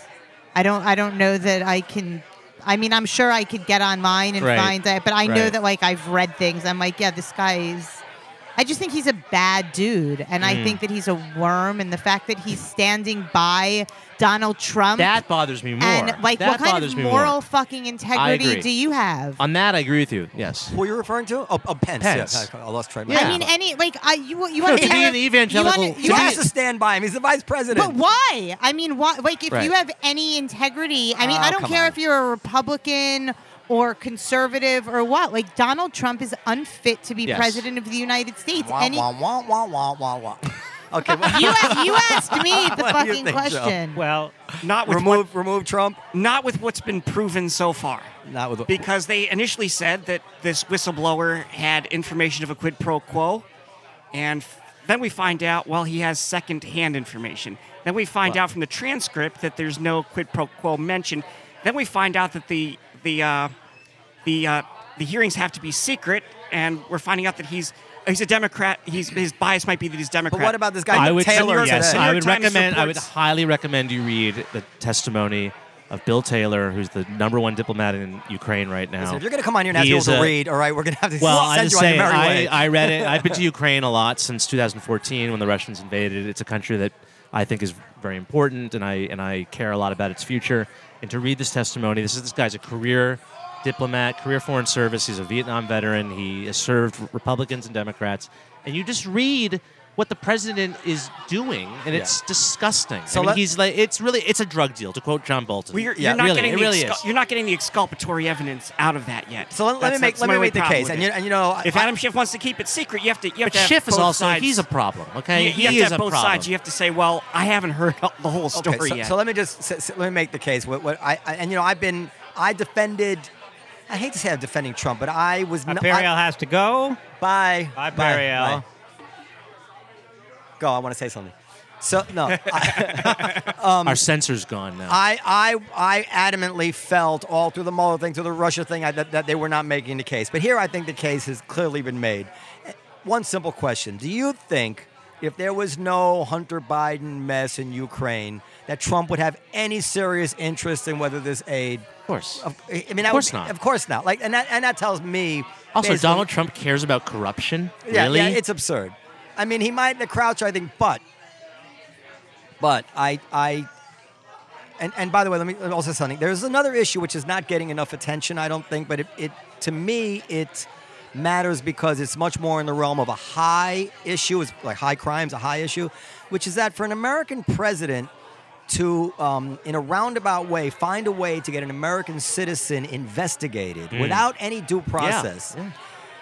I don't. I don't know that I can. I mean, I'm sure I could get online and
Right.
find that, but I know
Right.
that like I've read things. I'm like, yeah, this guy is. I just think he's a bad dude, and
Mm.
I think that he's a worm. And the fact that he's standing by Donald Trump
That bothers me more.
and like,
that
what kind
bothers
of
me
moral
more.
fucking integrity
agree. Uh,
do you have?
On that, I agree with you. Yes.
Who are you referring to? Oh, oh Pence. yeah.
Pence.
I lost track. of
Yeah.
my
I mean,
name.
any like I you you want
to be an evangelical-
You want, you
to
he
be-
want,
has to stand by him. He's the vice president.
but why? I mean, why? Like, if
Right.
you have any integrity, I mean,
Oh,
I don't
come
care
on.
if you're a Republican or conservative or what. Like, Donald Trump is unfit to be
Yes.
president of the United States.
Wah,
Any-
wah, wah, wah, wah, wah, wah. Okay. well,
you, a- you asked me the
What do you
fucking
think, Joe?
question.
Well,
Not with what,
remove, remove Trump.
not with what's been proven so far.
Not with
because they initially said that this whistleblower had information of a quid pro quo, and f- then we find out well he has secondhand information. Then we find out from the transcript that there's no quid pro quo mentioned. Then we find out that the the uh, the uh, the hearings have to be secret, and we're finding out that he's he's a Democrat. He's, his bias might be that he's Democrat.
But what about this guy
I would
Taylor?
yes,
today?
I
York
would
Times
recommend. I would
reports-
highly recommend you read the testimony of Bill Taylor, who's the number one diplomat in Ukraine right now.
Listen, if you're going to come on here and
He
ask people
is
to
a-
read, all right, we're going to have to
Well, I
send
just
you on
say
your merry
I,
way.
I read it. I've been to Ukraine a lot since 2014 when the Russians invaded. It's a country that I think is very important, and I and I care a lot about its future. And to read this testimony, this is this guy's a career diplomat, career foreign service. He's a Vietnam veteran. He has served Republicans and Democrats, and you just read. What the president is doing, and it's disgusting. So I mean,
let-
he's like, it's really, it's a drug deal, to quote John Bolton.
Well, you're,
yeah,
you're not
really,
getting
it
the
really
excu-
is.
you're not getting the exculpatory evidence out of that yet.
So let- let me
That's-
make-
that's
let
my
me
only
make the
problem
case.
with
And
it.
you- and you know, I-
if Adam Schiff wants to keep it secret, you have to. You have
But
to have
Schiff is
both
also
sides.
he's a problem. Okay,
You,
he
you have
is
to have
a
both
problem.
sides. You have to say, well, I haven't heard the whole story
okay, so,
yet.
so let me just so, so let me make the case. What, what I, I and you know I've been I defended. I hate to say I'm defending Trump, but I was no-
Imperial
I-
has to go.
Bye.
Bye, Periel.
Go. I want to say something. So no, I,
Our censor's gone now.
Mm. I I I adamantly felt all through the Mueller thing, through the Russia thing, I, that, that they were not making the case. But here, I think the case has clearly been made. One simple question: Do you think? If there was no Hunter Biden mess in Ukraine, that Trump would have any serious interest in whether this aid
of course.
Of, I mean,
Of
that
course
would,
not.
Of course not. Like, and that and that tells me.
Also,
basically-
Donald Trump cares about corruption.
Yeah,
really?
yeah, it's absurd. I mean, he might the crouch, I think, but, but I, I, and and by the way, let me let me also say something. There's another issue which is not getting enough attention, I don't think, but it, it to me it matters because it's much more in the realm of a high issue, it's like high crimes, a high issue, which is that for an American president to, um, in a roundabout way, find a way to get an American citizen investigated without any due process
Mm. yeah.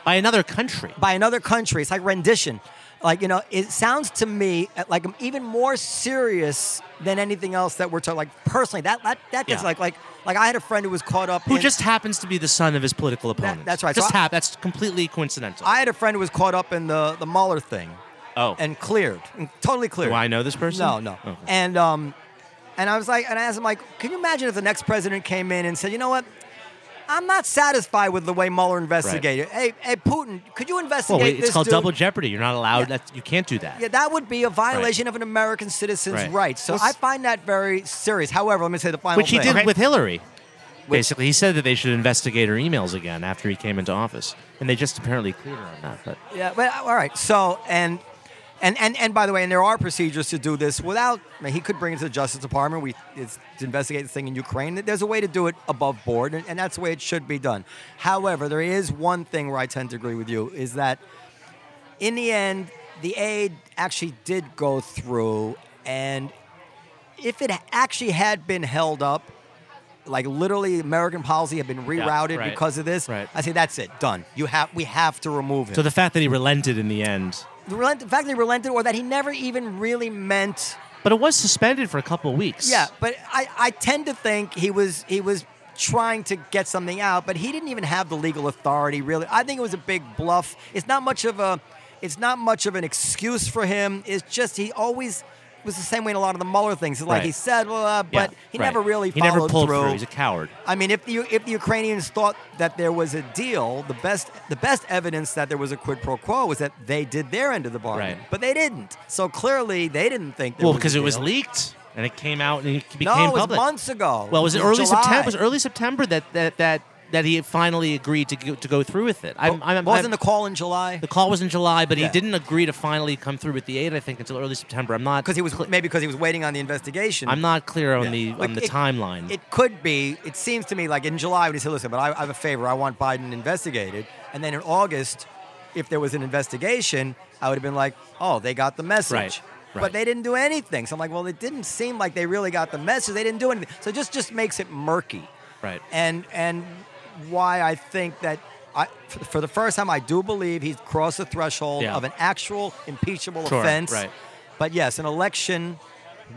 by another country.
by another country. It's like rendition. Like, you know, it sounds to me uh, like even more serious than anything else that we're talking like personally. That that, that gets
Yeah.
like like like I had a friend who was caught up
Who
in,
just happens to be the son of his political opponent.
that's right. So
Just
I-
hap- that's completely coincidental.
I had a friend who was caught up in the the Mueller thing
oh,
and cleared. And totally cleared.
do Oh, I know this person?
No, no.
Okay.
And um, and I was like, and I asked him like, can you imagine if the next president came in and said, you know what? I'm not satisfied with the way Mueller investigated. Hey, hey, Putin, could you investigate
Well, wait,
this
it's called
dude?
double jeopardy. You're not allowed. That you can't do that.
Yeah, that would be a violation of an American citizen's
Right.
rights. So
Well,
I
s-
find that very serious. However, let me say the final
Which he
thing.
did with Hillary. Basically, he said that they should investigate her emails again after he came into office, and they just apparently cleared her on that. But
Yeah, well, all right. So and And, and and by the way, and there are procedures to do this without. I mean, he could bring it to the Justice Department. We it's to investigate this thing in Ukraine. There's a way to do it above board, and, and that's the way it should be done. However, there is one thing where I tend to agree with you is that in the end, the aid actually did go through, and if it actually had been held up, like literally American policy had been rerouted
right.
because of this,
Right.
I say that's it, done. You have we have to remove him.
So the fact that he relented in the end,
the, relent- the fact that he relented, or that he never even really meant.
but it was suspended for a couple of weeks.
Yeah, but I, I tend to think he was he was trying to get something out, but he didn't even have the legal authority really. I think it was a big bluff. It's not much of a it's not much of an excuse for him. It's just he always was the same way in a lot of the Mueller things. It's like
Right.
he said, blah, blah, blah,
Yeah,
but he
right.
never really
he
followed
never pulled through. He's a coward.
I mean, if the if the Ukrainians thought that there was a deal, the best the best evidence that there was a quid pro quo was that they did their end of the bargain,
Right.
but they didn't. So clearly, they didn't think. There
well,
was a
because it was
deal.
leaked and it came out and it became
No, it was
public.
months ago.
Well, it was it
It
early
July.
September? Was it early September that that that that he finally agreed to go, to go through with it? I'm, I'm,
Wasn't
I'm-
the call in July?
the call was in July, but
Yeah.
he didn't agree to finally come through with the aid. I think until early September. I'm not
Because he was maybe because he was waiting on the investigation.
I'm not clear on the
Like,
on the
it-
timeline.
It could be. It seems to me like in July when he said, "Listen, but I, I have a favor. I want Biden investigated." And then in August, if there was an investigation, I would have been like, "Oh, they got the message."
Right,
But
right.
they didn't do anything. So I'm like, well, it didn't seem like they really got the message. They didn't do anything. So it just just makes it murky.
Right.
And and why I think that I for for the first time I do believe he's crossed the threshold
Yeah.
of an actual impeachable
Sure,
offense.
right.
But yes, an election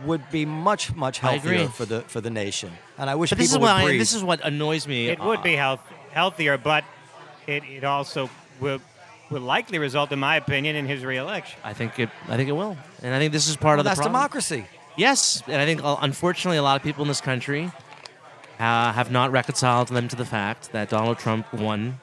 would be much much
I
healthier
agree.
for the for the nation. And I wish
but
people
this is
would
what I,
breathe.
this is what annoys me.
It would be health, healthier, but it, it also will, will likely result, in my opinion, in his reelection.
I think it. I think it will, and I think this is part of the
that's
problem.
democracy.
Yes, and I think uh, unfortunately a lot of people in this country uh, have not reconciled them to the fact that Donald Trump won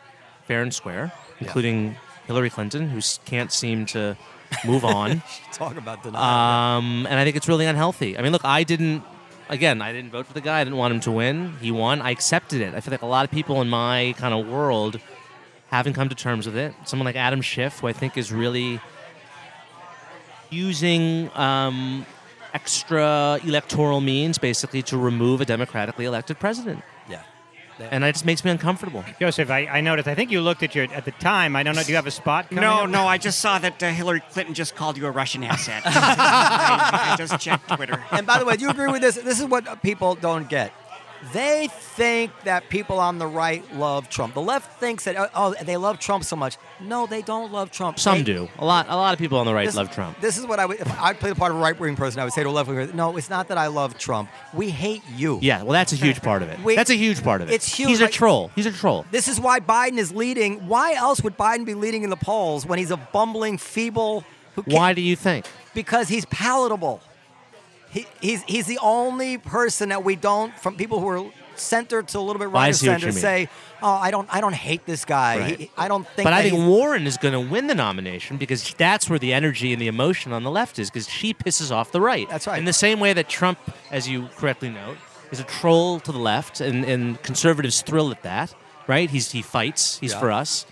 fair and square, including Hillary Clinton, who s- can't seem to move on.
Talk about denial.
Um, and I think it's really unhealthy. I mean, look, I didn't. Again, I didn't vote for the guy. I didn't want him to win. He won. I accepted it. I feel like a lot of people in my kind of world haven't come to terms with it. Someone like Adam Schiff, who I think is really using um, extra electoral means, basically, to remove a democratically elected president,
yeah.
and that just makes me uncomfortable.
Joseph, I, I noticed. I think you looked at your at the time. I don't know. Do you have a spot? Coming
No,
up?
no, I just saw that uh, Hillary Clinton just called you a Russian asset. I, I just checked Twitter.
and by the way, do you agree with this? This is what people don't get. They think that people on the right love Trump. The left thinks that oh, oh, they love Trump so much. No, they don't love Trump.
Some
They-
do. A lot. A lot of people on the right love Trump.
This is what I would. If I play the part of a right wing person, I would say to a left wing person, "No, it's not that I love Trump. We hate you."
Yeah, well, that's a huge part of it.
We-
that's a huge part of it.
It's huge,
He's a
like-
troll. He's a troll.
This is why Biden is leading. Why else would Biden be leading in the polls when he's a bumbling, feeble? Who can't-
Why do you think?
Because he's palatable. He, he's he's the only person that we don't from people who are center to a little bit
I
right of
see what
center
you mean.
say, "Oh, I don't I don't hate this guy.
Right.
He- I don't think."
But I
that
think
he's-
Warren is going to win the nomination because that's where the energy and the emotion on the left is because she pisses off the right.
That's right.
In the same way that Trump, as you correctly note, is a troll to the left, and, and conservatives thrill at that, right? He's he fights. He's
Yeah.
for us.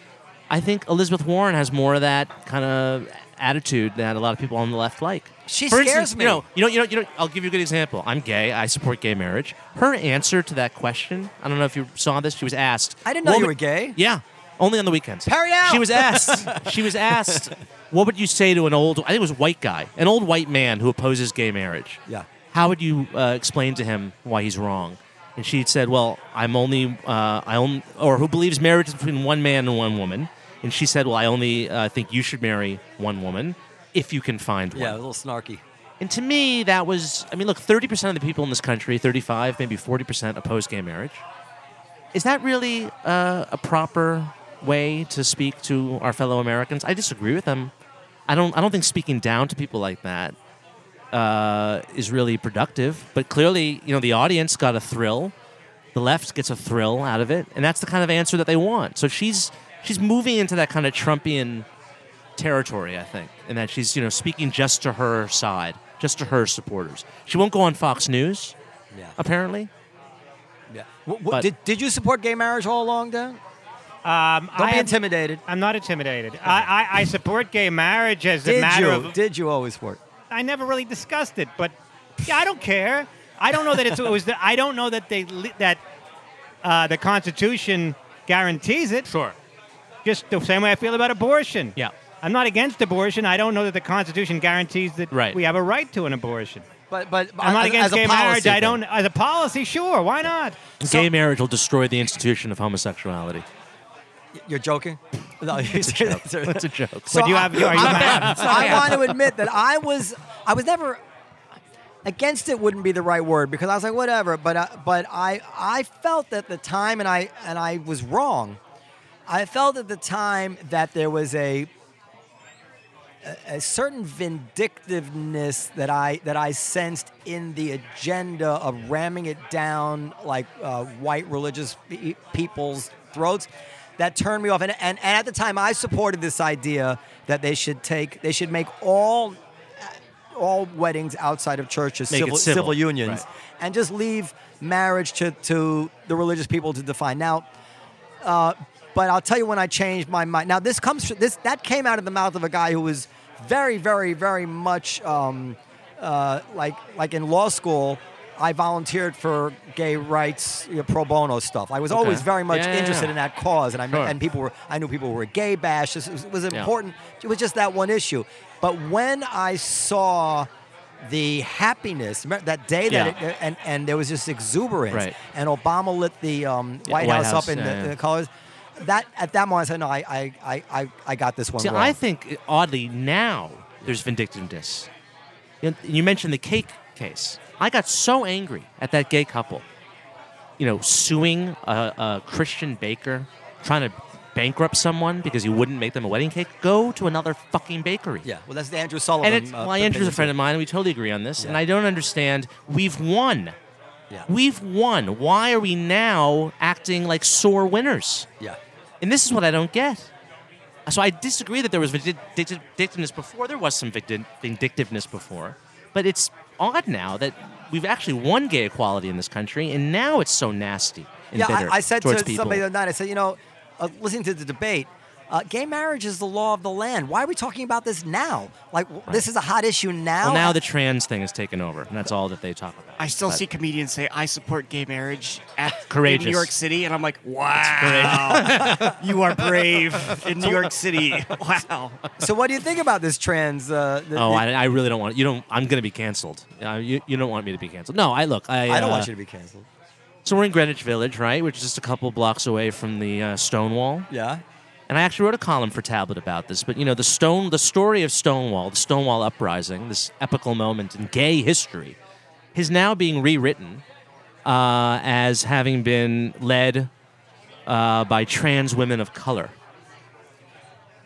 I think Elizabeth Warren has more of that kind of attitude that a lot of people on the left like.
She
for
scares
instance,
me.
You know, you know, you know, you know. I'll give you a good example. I'm gay. I support gay marriage. Her answer to that question, I don't know if you saw this. She was asked.
I didn't know you
"Woman-
were gay."
Yeah, only on the weekends.
Parry out!
She was asked. she was asked, "What would you say to an old? I think it was a white guy, an old white man who opposes gay marriage.
Yeah.
How would you uh, explain to him why he's wrong?" And she had said, "Well, I'm only uh, I only or who believes marriage is between one man and one woman." And she said, "Well, I only uh, think you should marry one woman if you can find one."
yeah, a little snarky.
And to me, that was, I mean, look, 30% of the people in this country, 35, maybe 40% oppose gay marriage. Is that really uh, a proper way to speak to our fellow Americans? I disagree with them. I don't, I don't think speaking down to people like that uh, is really productive. But clearly, you know, the audience got a thrill. The left gets a thrill out of it. And that's the kind of answer that they want. So she's, she's moving into that kind of Trumpian territory, I think, and that she's you know speaking just to her side, just to her supporters. She won't go on Fox News,
Yeah.
apparently.
Yeah. Wh- wh-
But-
did, did you support gay marriage all along, Dan?
Um,
Don't
I
be
am-
intimidated.
I'm not intimidated. I, I, I support gay marriage as a
Did
matter
you?
of.
Did you always work?
I never really discussed it, but yeah, I don't care. I don't know that it's, it was. The, I don't know that they li- that uh, the Constitution guarantees it.
Sure.
Just the same way I feel about abortion.
Yeah.
I'm not against abortion. I don't know that the Constitution guarantees that
Right.
we have a right to an abortion.
But but
I'm not
as-
against
as a
gay marriage.
policy
I don't. As a policy, sure. Why not?
Gay marriage will destroy the institution of homosexuality.
thing. You're joking. No, you're serious.
That's a joke.
So
But you
I-
have. Are you mad?
I want to admit that I was I was never against it wouldn't be the right word because I was like whatever but I, but I I felt at the time and I and I was wrong. I felt at the time that there was a a- a certain vindictiveness that I that I sensed in the agenda of ramming it down like uh, white religious pe- people's throats that turned me off. And, and and at the time, I supported this idea that they should take they should make all all weddings outside of churches
Make it
civil,
civil,
unions
right.
and just leave marriage to, to the religious people to define. Now, uh, but I'll tell you when I changed my mind. Now this comes this that came out of the mouth of a guy who was very, very, very much um, uh, like like in law school. I volunteered for gay rights you know, pro bono stuff. I was always very much
Yeah, yeah,
interested
yeah.
in that cause, and I
Sure.
and people were I knew people were gay bash. This was, it was
Yeah.
important. It was just that one issue. But when I saw the happiness remember that day that
Yeah.
it, uh, and and there was just exuberance,
Right.
and Obama lit the um, White,
White
House,
House,
up in
yeah,
the,
yeah.
the colors. That at that moment, I said, "No, I, I, I, I, I got this one
See,
wrong."
I think oddly now there's vindictiveness. You, know, you mentioned the cake case. I got so angry at that gay couple, you know, suing a, a Christian baker, trying to bankrupt someone because he wouldn't make them a wedding cake. Go to another fucking bakery.
yeah, well, that's the Andrew Sullivan.
And it's,
uh,
well, Andrew's a friend of mine, and we totally agree on this. And
Yeah.
I don't understand. We've won.
Yeah.
We've won. Why are we now acting like sore winners?
Yeah,
And this is what I don't get. So I disagree that there was vindic- vindic- vindictiveness before. There was some vindic- vindictiveness before. But it's odd now that we've actually won gay equality in this country, and now it's so nasty and
yeah.
bitter
I, I said to
towards people.
somebody the other night, I said, you know, uh, listening to the debate, uh, gay marriage is the law of the land. Why are we talking about this now? Like, w this is a hot issue now.
well, now the trans thing has taken over, and that's all that they talk about.
I still
But-
see comedians say I support gay marriage at
Courageous.
in New York City, and I'm like, wow, you are brave in New York City. Wow.
so, what do you think about this trans? Uh, the,
Oh,
the-
I, I really don't want you. Don't I'm going to be canceled. Uh, you, you don't want me to be canceled. No, I look. I,
I don't
uh,
want you to be canceled.
So we're in Greenwich Village, right? Which is just a couple blocks away from the uh, Stonewall.
Yeah,
And I actually wrote a column for Tablet about this, but you know, the stone the story of Stonewall, the Stonewall uprising, this epical moment in gay history, is now being rewritten uh, as having been led uh, by trans women of color.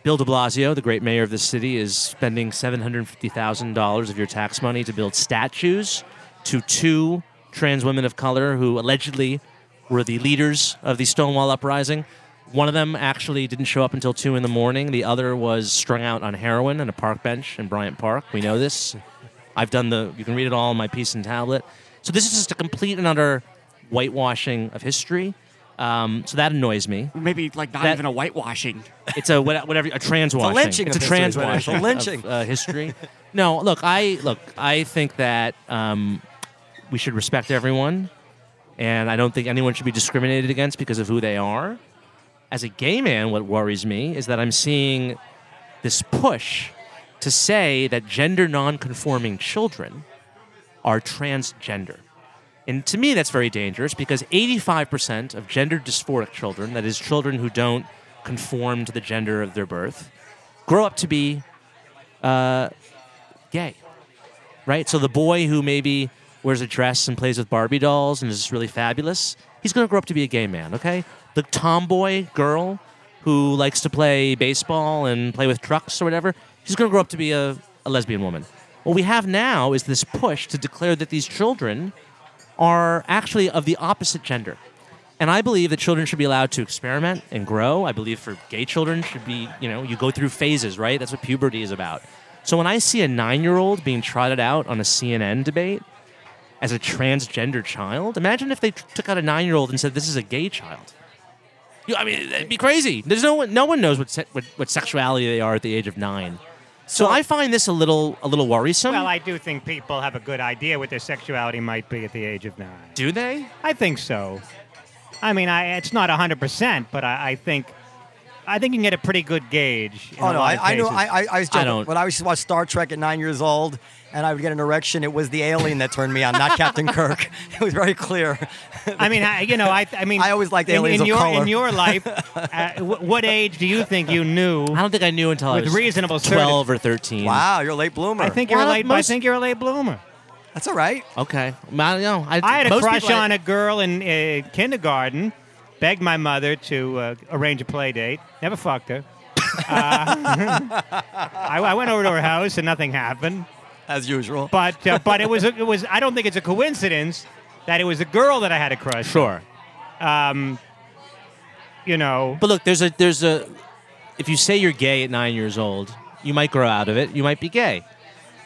Bill de Blasio, the great mayor of this city, is spending $750,000 of your tax money to build statues to two trans women of color who allegedly were the leaders of the Stonewall Uprising. One of them actually didn't show up until 2 in the morning. The other was strung out on heroin on a park bench in Bryant Park. We know this. I've done the, you can read it all in my piece and tablet. So this is just a complete and utter whitewashing of history. Um, so that annoys me.
Maybe like not
That-
even a whitewashing.
It's a what- whatever a trans washing.
lynching
It's a
of history is
trans
what it is.
washing.
A lynching.
of, uh, history. No, look, I look, I think that um, we should respect everyone, and I don't think anyone should be discriminated against because of who they are. As a gay man, what worries me is that I'm seeing this push to say that gender non-conforming children are transgender. And to me, that's very dangerous because 85% of gender dysphoric children, that is, children who don't conform to the gender of their birth, grow up to be uh, gay, right? So the boy who maybe wears a dress and plays with Barbie dolls and is just really fabulous, he's going to grow up to be a gay man, okay? The tomboy girl who likes to play baseball and play with trucks or whatever, she's going to grow up to be a, a lesbian woman. What we have now is this push to declare that these children are actually of the opposite gender. And I believe that children should be allowed to experiment and grow. I believe for gay children should be, you know, you go through phases, right? That's what puberty is about. So when I see a nine-year-old being trotted out on a CNN debate as a transgender child, imagine if they t- took out a nine-year-old and said, "This is a gay child." You- I mean, that'd be crazy. There's no one. No one knows what se- what, what sexuality they are at the age of nine. So I find this a little a little worrisome.
Well, I do think people have a good idea what their sexuality might be at the age of nine.
do they?
I think so. I mean, I, it's not 100%, but I, I think I think you can get a pretty good gauge. in
Oh
a
no,
lot
I,
of
I knew
cases.
I, I, I was joking.
don't-
When I used to watch Star Trek at nine years old, and I would get an erection, it was the alien that turned me on, not Captain Kirk. It was very clear.
I mean, I, you know, I, I mean,
I always liked
in,
aliens
in
of
your
color.
in your life. Uh, w- what age do you think you knew?
I don't think I knew until I
With
was
reasonable
twelve or thirteen.
Wow, you're a late bloomer.
I think you're a
Well,
late.
most-
I think you're a late bloomer.
that's all right.
Okay. Well, I, don't know.
I had a
most
crush
people I-
on a girl in uh, kindergarten. Begged my mother to uh, arrange a play date. Never fucked her. Uh, I, I went over to her house and nothing happened.
As usual.
But uh, but it was a, it was. I don't think it's a coincidence that it was a girl that I had a crush. on,
Sure.
You know.
But look, there's a there's a if you say you're gay at nine years old, you might grow out of it. You might be gay.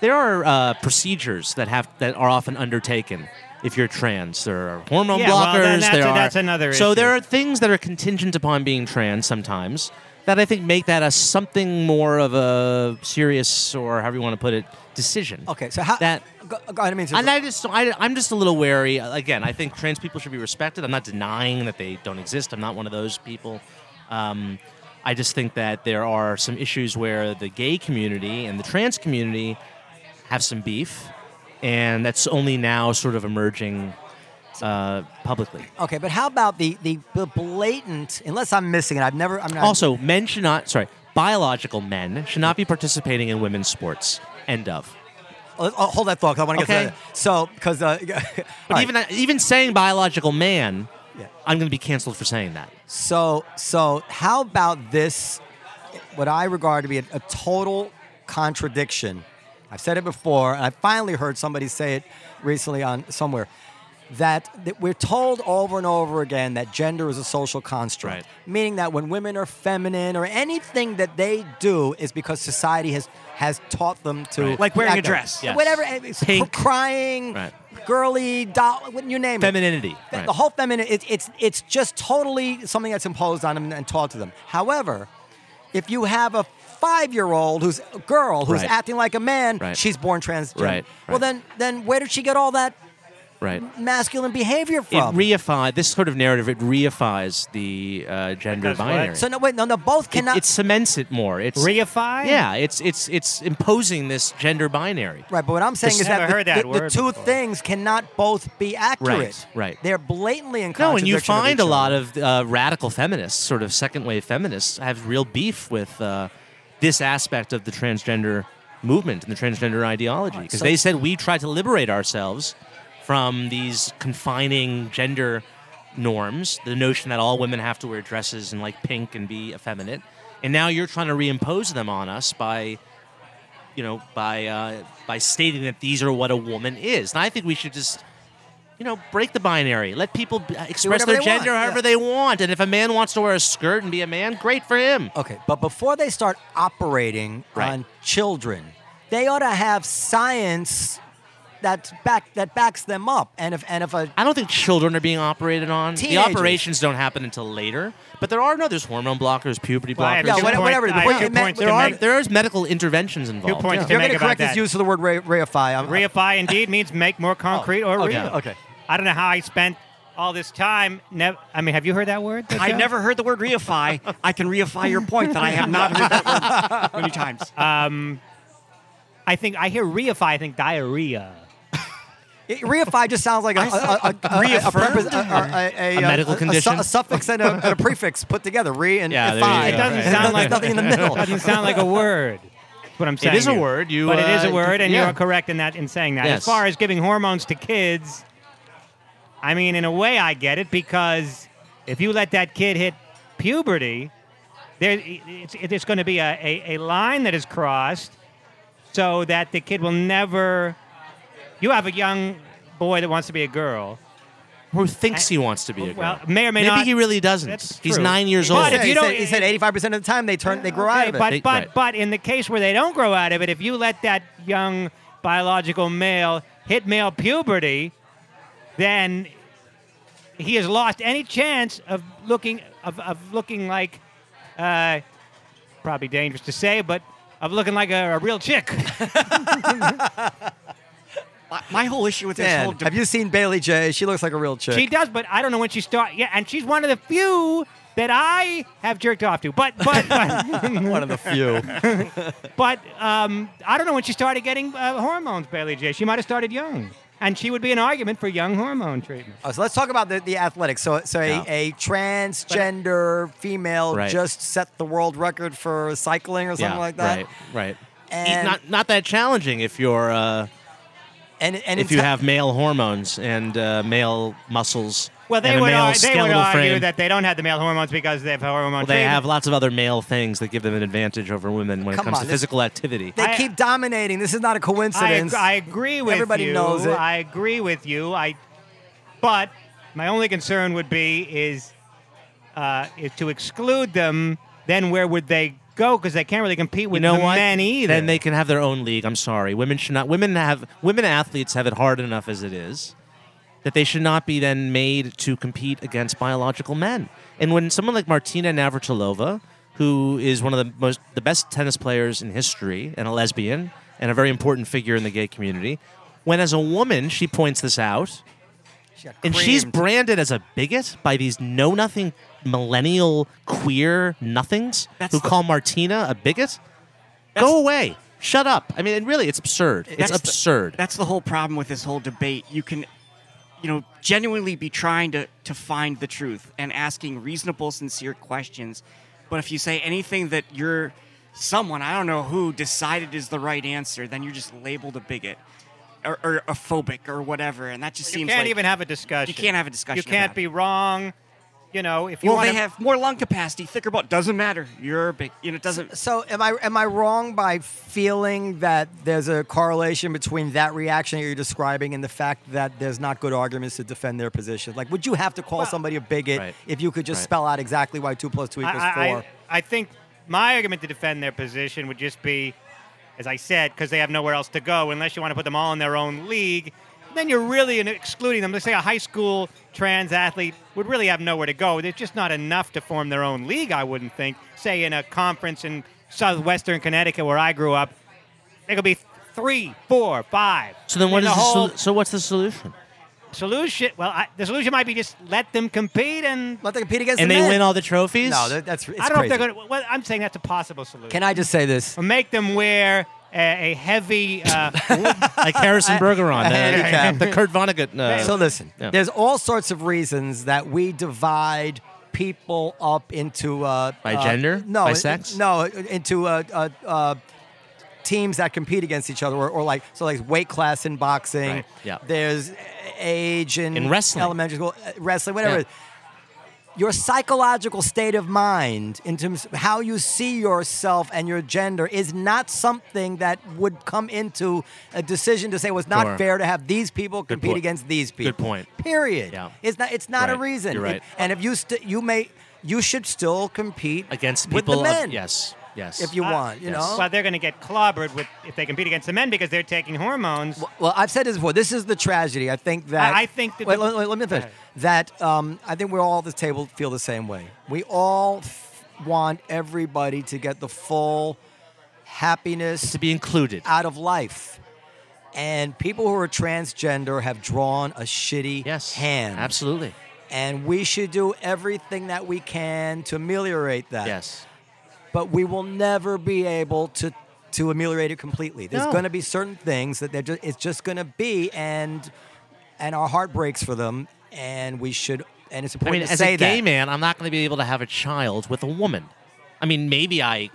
There are uh, procedures that have that are often undertaken if you're trans. There are hormone
Yeah, well,
blockers.
then that's
there
a-
are,
that's another
So there
issue.
are things that are contingent upon being trans sometimes that I think make that a something more of a serious or however you want to put it decision.
okay, so how
that
Go, go- I mean, so-
and I just, I, I'm just a little wary. Again, I think trans people should be respected. I'm not denying that they don't exist. I'm not one of those people. Um, I just think that there are some issues where the gay community and the trans community have some beef, and that's only now sort of emerging uh, publicly.
okay, but how about the, the the blatant? Unless I'm missing it, I've never. I'm not.
Also, men should not, sorry, biological men should not be participating in women's sports. End of.
Oh, oh, hold that thought. 'cause I want to
Okay.
get to that. So because uh,
But even even saying biological man,
Yeah.
I'm going to be canceled for saying that.
So, so how about this? What I regard to be a, a total contradiction. I've said it before, and I finally heard somebody say it recently on somewhere that, that we're told over and over again that gender is a social construct,
Right.
meaning that when women are feminine or anything that they do is because society has has taught them to
Right.
Like wearing a
act that way.
dress.
Yes.
whatever, eh, it's cr-
Pink.
crying,
Right.
girly, doll, you name it,
Femininity.
the,
right.
the whole feminine it, it's it's just totally something that's imposed on them and taught to them however if you have a five-year-old who's a girl who's
Right.
acting like a man
Right.
she's born transgender
Right,
well
right.
then then where did she get all that
Right.
masculine behavior
It
from
reifies this sort of narrative. It reifies the uh, gender
does what?
binary.
so no wait no no both
it,
cannot
it cements it more. It's
Reify?
Yeah, it's it's it's imposing this gender binary.
Right, but what I'm saying is
This-
that,
Never
the,
heard that
the- the
word
two
before.
things cannot both be accurate.
right.
They're blatantly in
No, and
contradiction
you
of
find
each
a lot
other.
of uh, radical feminists, sort of second wave feminists, have real beef with uh, this aspect of the transgender movement and the transgender ideology because
so-
they said we try to liberate ourselves from these confining gender norms, the notion that all women have to wear dresses and like pink and be effeminate, and now you're trying to reimpose them on us by you know, by uh, by stating that these are what a woman is. And I think we should just, you know, break the binary. Let people b- uh, express
whatever
their
they want,
gender however
yeah.
they want. And if a man wants to wear a skirt and be a man, great for him.
Okay, but before they start operating
Right.
on children, they ought to have science that back that backs them up. And if and if a
I don't think children are being operated on.
Teenagers.
The operations don't happen until later. But there are no there's hormone blockers, puberty
Well, I
blockers.
have
No,
two
whatever-
point-
whatever,
I have
but
two
it meant-
points to
there are
make.
there is medical interventions involved.
points
yeah.
to
you're going
make
to
about
correct his
that.
use of the word re- reify, I'm, uh,
Reify indeed means make more concrete or
okay,
real.
okay.
I don't know how I spent all this time. Nev- I mean, have you heard that word?
I
Joe?
never heard the word reify. I can reify your point that I have not heard that word many times.
Uh,
I think I hear reify. I think diarrhea.
It- reify just sounds like a, a, a, a, a, a, prepos- a, a, a,
A medical
a- a su-
condition?
a, suffix and a, and a prefix put together, re and
Yeah, there you
fi.
go.
It doesn't
Right.
sound
There's
like
nothing in the middle.
Doesn't sound like a word. That's what I'm saying.
is a
here.
word. You,
but it is
uh,
a word, and you
yeah.
are correct in that in saying that. As
Yes.
far as giving hormones to kids, I mean, in a way, I get it because if you let that kid hit puberty, there it's, it's going to be a, a, a line that is crossed, so that the kid will never. You have a young boy that wants to be a girl.
Who thinks he wants to be a girl?
Well, may or may
Maybe
not-
he really doesn't.
That's
He's
true.
nine years
But
old.
if
he
you don't-
said, he said 85% of the time they turn, they grow out
Okay,
of it.
But
They-
but
right.
but in the case where they don't grow out of it, if you let that young biological male hit male puberty, then he has lost any chance of looking of, of looking like, uh, probably dangerous to say, but of looking like a, a real chick.
My, my whole issue with this
Dan,
whole
have you seen Bailey J? She looks like a real chick.
She does, but I don't know when she started. Yeah, and she's one of the few that I have jerked off to. But but but,
one of the few.
but um, I don't know when she started getting uh, hormones, Bailey J. She might have started young, and she would be an argument for young hormone treatment.
Oh, so let's talk about the, the athletics. So, so a,
Yeah.
a transgender female
Right.
just set the world record for cycling or something
yeah,
like that.
Right, right.
And-
E, not not that challenging if you're uh,
And, and
if
in
you
te-
have male hormones and uh, male muscles.
Well, they
and a
would,
male
ar- they would
skeletal
argue
frame.
that they don't have the male hormones because they have hormone
Well, they
treatment.
have lots of other male things that give them an advantage over women when
Come
it comes
on,
to
this-
physical activity.
they
I-
keep dominating. This is not a coincidence.
I, ag- I agree with
Everybody
you.
knows it.
I agree with you. I, but my only concern would be is, uh, is to exclude them. Then where would they go? Because they can't really compete with
you know
the
what?
men either.
Then they can have their own league. I'm sorry, women should not. Women have women athletes have it hard enough as it is that they should not be then made to compete against biological men. And when someone like Martina Navratilova, who is one of the most the best tennis players in history and a lesbian and a very important figure in the gay community, when as a woman she points this out,
She got
and she's
creamed.
branded as a bigot by these know nothing millennial queer nothings who call Martina a bigot. Go away. Shut up. I mean, and really, it's absurd. It's
That's the-
absurd.
That's the whole problem with this whole debate. You can, you know, genuinely be trying to, to find the truth and asking reasonable, sincere questions. But if you say anything that you're someone, I don't know who, decided is the right answer, then you're just labeled a bigot or, or a phobic or whatever. And that just
you
seems
can't
like.
even have a discussion.
You can't have a discussion
You can't
about
be wrong. You know, if you
well,
want
they
to
have more lung capacity, thicker bone. Doesn't matter. You're a big. You know, it doesn't.
So am I am I wrong by feeling that there's a correlation between that reaction that you're describing and the fact that there's not good arguments to defend their position? Like, would you have to call somebody a bigot
Right.
if you could just
Right.
spell out exactly why two plus two equals
I, I-
four?
I, I think my argument to defend their position would just be, as I said, because they have nowhere else to go unless you want to put them all in their own league. Then you're really in- excluding them. Let's say a high school trans athlete would really have nowhere to go. There's just not enough to form their own league, I wouldn't think. Say in a conference in southwestern Connecticut where I grew up, there could be three, four, five.
so then, what
And
is
the
the
whole
sol- so? What's the solution?
solution? Well, I, the solution might be just let them compete and
Let them compete against
And
the
they
men.
win all the trophies.
No, that, that's it's
I don't
crazy.
know if they're going to. Well, I'm saying that's a possible solution.
Can I just say this?
Or make them wear a, a heavy. Uh,
like Harrison Bergeron, uh,
handicap.
the, the Kurt Vonnegut. Uh,
So listen,
Yeah.
there's all sorts of reasons that we divide people up into uh,
By
uh,
gender?
no,
By
in-
sex?
no, into uh, uh, uh, teams that compete against each other, or, or like so, like weight class in boxing.
Right, yeah.
There's age in,
In wrestling.
elementary school, uh, wrestling, whatever.
Yeah.
Your psychological state of mind, in terms of how you see yourself and your gender, is not something that would come into a decision to say well, it's not
Sure.
fair to have these people compete
point.
against these people.
Good point.
Period.
Yeah.
It's not. It's not a
Right.
reason.
You're right.
And if you st- you may you should still compete
against
with
people.
the men.
Of, yes, yes.
If you
Uh,
want, you
yes.
know.
well, they're going to get clobbered with if they compete against the men because they're taking hormones.
Well, I've said this before. This is the tragedy. I think that.
I- I think that
Wait,
the-
let, let- let me finish.
Go ahead.
That um, I think we all at this table feel the same way. We all f- want everybody to get the full happiness
to be included.
out of life. And people who are transgender have drawn a shitty
Yes,
hand.
absolutely.
And we should do everything that we can to ameliorate that.
Yes.
But we will never be able to to ameliorate it completely. There's
No.
going to be certain things that they're just, it's just going to be, and and our heart breaks for them, and we should. And it's
I
important
mean,
to
as
say
a gay
that.
man, I'm not going to be able to have a child with a woman. I mean, maybe I,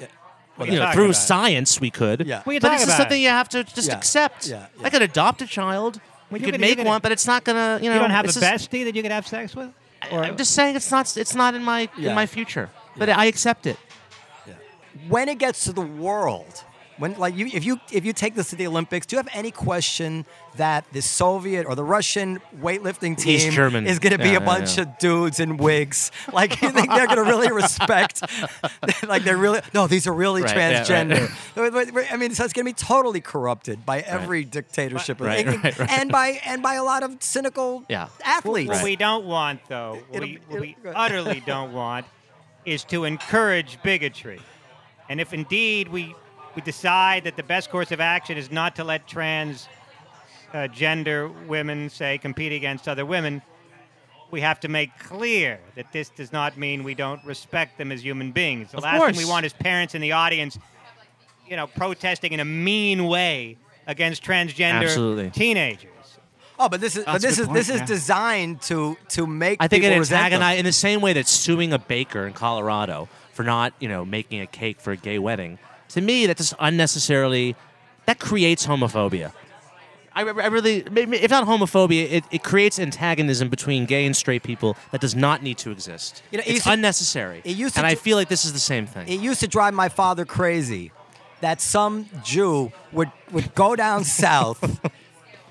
are you
you know,
talking
through
about?
science we could.
Yeah. What
are you
But
talking
this
about?
is something you have to just
Yeah.
accept.
Yeah, yeah.
I could adopt a child. We
you
could
could
make
even-
one, but it's not gonna. You know,
you don't have a
it's just-
bestie that you could have sex with. Or-
I'm just saying, it's not. It's not in my
Yeah.
in my future. But I accept it.
when it gets to the world, when like you, if you if you take this to the Olympics, do you have any question that the Soviet or the Russian weightlifting
He's
team
German.
is going to be
Yeah,
a
yeah,
bunch
yeah.
of dudes in wigs? Like you think they're going to really respect? like they're really no, these are really
Right, yeah, right.
transgender. I mean, so it's going to be totally corrupted by every dictatorship,
Right,
and,
right, right.
and by and by a lot of cynical
Yeah.
athletes.
What we don't want, though, what
It'll-
we, what we
it'll-
utterly don't want is to encourage bigotry. And if indeed we, we decide that the best course of action is not to let trans uh, gender women, say, compete against other women, we have to make clear that this does not mean we don't respect them as human beings. The
Of
last
course.
thing we want is parents in the audience, you know, protesting in a mean way against transgender
Absolutely.
teenagers.
Oh, but this is but
That's a
this
good
is this
point,
is
yeah.
designed to to make
I think it
people resent them.
antagonizes in the same way that suing a baker in Colorado for not, you know, making a cake for a gay wedding. To me, that just unnecessarily that creates homophobia. I, I really, if not homophobia, it, it creates antagonism between gay and straight people that does not need to exist.
You know, it
it's
used to-
unnecessary.
it used to
and I
do-
feel like this is the same thing.
It used to drive my father crazy that some Jew would would go down south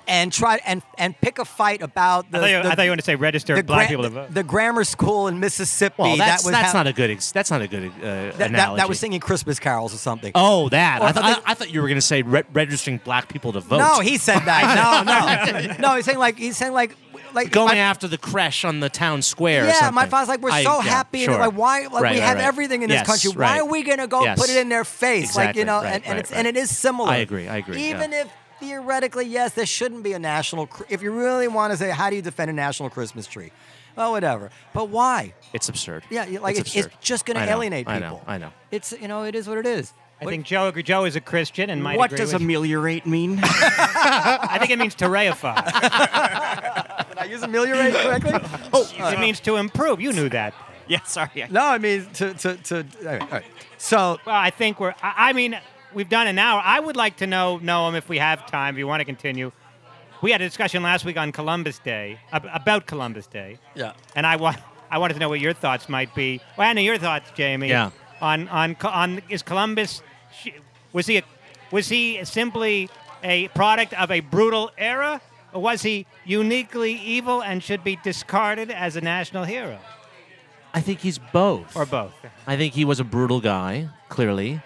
and try and and pick a fight about the.
I, thought you,
the-
I thought you wanted to say register
the gra-
black people to
the-
vote.
the grammar school in Mississippi.
well, that's
that was
that's
how-
not a good ex- that's not a good uh,
that,
analogy.
that, that was singing Christmas carols or something.
Oh, that
Or
I, thought, I,
the-
I thought you were going to say re- registering black people to vote.
No, he said that. No, no, no. He's saying like he's saying like like
going
my-
after the creche on the town square. or
Yeah,
something.
my father's like, we're
I-
so
yeah,
happy.
sure.
And like, why? Like,
Right,
we
right,
have
right.
everything in
Yes,
this country. Why
right.
are we gonna go
Yes.
put it in their face? like,
Exactly,
you know,
right,
and, and
right,
it's and
right.
it is similar.
I agree, I agree,
Even
yeah.
if theoretically, yes, there shouldn't be a national. cr- If you really want to say, how do you defend a national Christmas tree? Well, whatever. But why?
It's absurd.
Yeah, you- like it's, it's
absurd.
just gonna
I know,
alienate people.
I know. I know.
It's you know, it is what it is.
I think Joe Joe is a Christian and might
what
agree
does
with you.
ameliorate mean?
I think it means to reify.
Did I use ameliorate correctly?
Oh.
it means to improve. You knew that.
yeah, sorry.
no, I mean to to to. All right, all right. So
Well, I think we're. I, I mean, we've done an hour. I would like to know, Noam, if we have time, if you want to continue. We had a discussion last week on Columbus Day ab- about Columbus Day,
yeah.
and I want I wanted to know what your thoughts might be. Well, I know your thoughts, Jamie.
Yeah.
On on Co- on is Columbus sh- was he a, was he simply a product of a brutal era, or was he uniquely evil and should be discarded as a national hero,
I think he's both.
or both?
I think he was a brutal guy, clearly,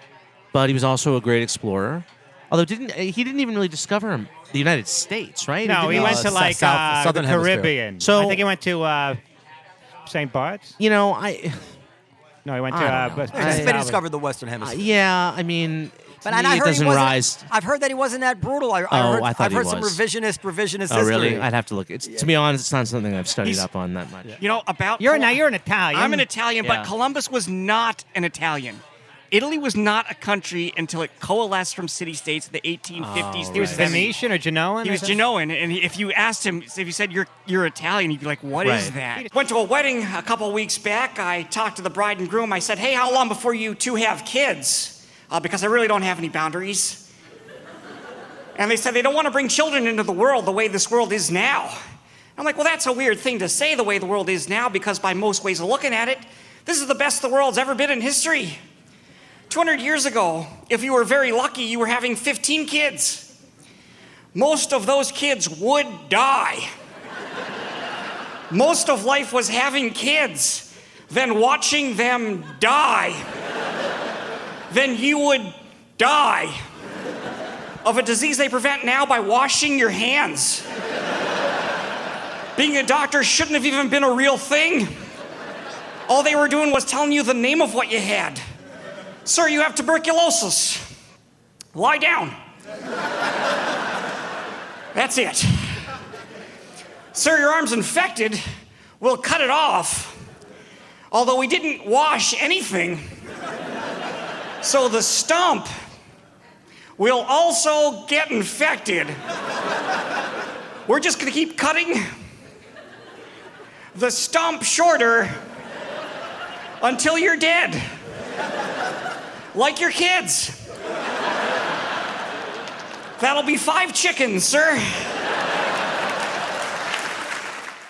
but he was also a great explorer. Although didn't uh, he didn't even really discover him- the United States, right?
No,
didn't
he
No,
went
it's
to
sou-
like
south-
uh,
southern
the
hemisphere.
Caribbean.
So-
I think he went to uh, St. Bart's.
You know, I.
No, he went to.
I
Uh,
don't know.
Bus-
I-
It's
Bus-
been discovered the Western Hemisphere.
Yeah, I mean,
But
to
and
me,
I
it
heard
doesn't
he wasn't,
rise.
I've heard that he wasn't that brutal. I, I
Oh,
heard,
I thought
have
he
heard some
was.
revisionist revisionist
Oh,
history.
really? I'd have to look. It's to be honest, it's not something I've studied
He's-
up on that much.
You know about
You're
Col-
now you're an Italian.
I'm an Italian,
Yeah.
but Columbus was not an Italian. Italy was not a country until it coalesced from city states in the 1850s.
Oh,
through
right.
the 70s.
Venetian or Genoan.
He
or
was
something?
Genoan, and if you asked him, if you said you're you're Italian, he'd be like, "What is
Right.
that?" Went to a wedding a couple weeks back. I talked to the bride and groom. I said, "Hey, how long before you two have kids?" Uh, because I really don't have any boundaries. And they said they don't want to bring children into the world the way this world is now. I'm like, well, that's a weird thing to say the way the world is now, because by most ways of looking at it, this is the best the world's ever been in history. 200 years ago, if you were very lucky, you were having 15 kids most of those kids would die. most of life was having kids, then watching them die. then you would die of a disease they prevent now by washing your hands. Being a doctor shouldn't have even been a real thing. All they were doing was telling you the name of what you had. Sir, you have tuberculosis. Lie down. That's it. Sir, your arm's infected. We'll cut it off. Although we didn't wash anything. So the stump will also get infected. We're just gonna keep cutting the stump shorter until you're dead. Like your kids. That'll be five chickens, sir.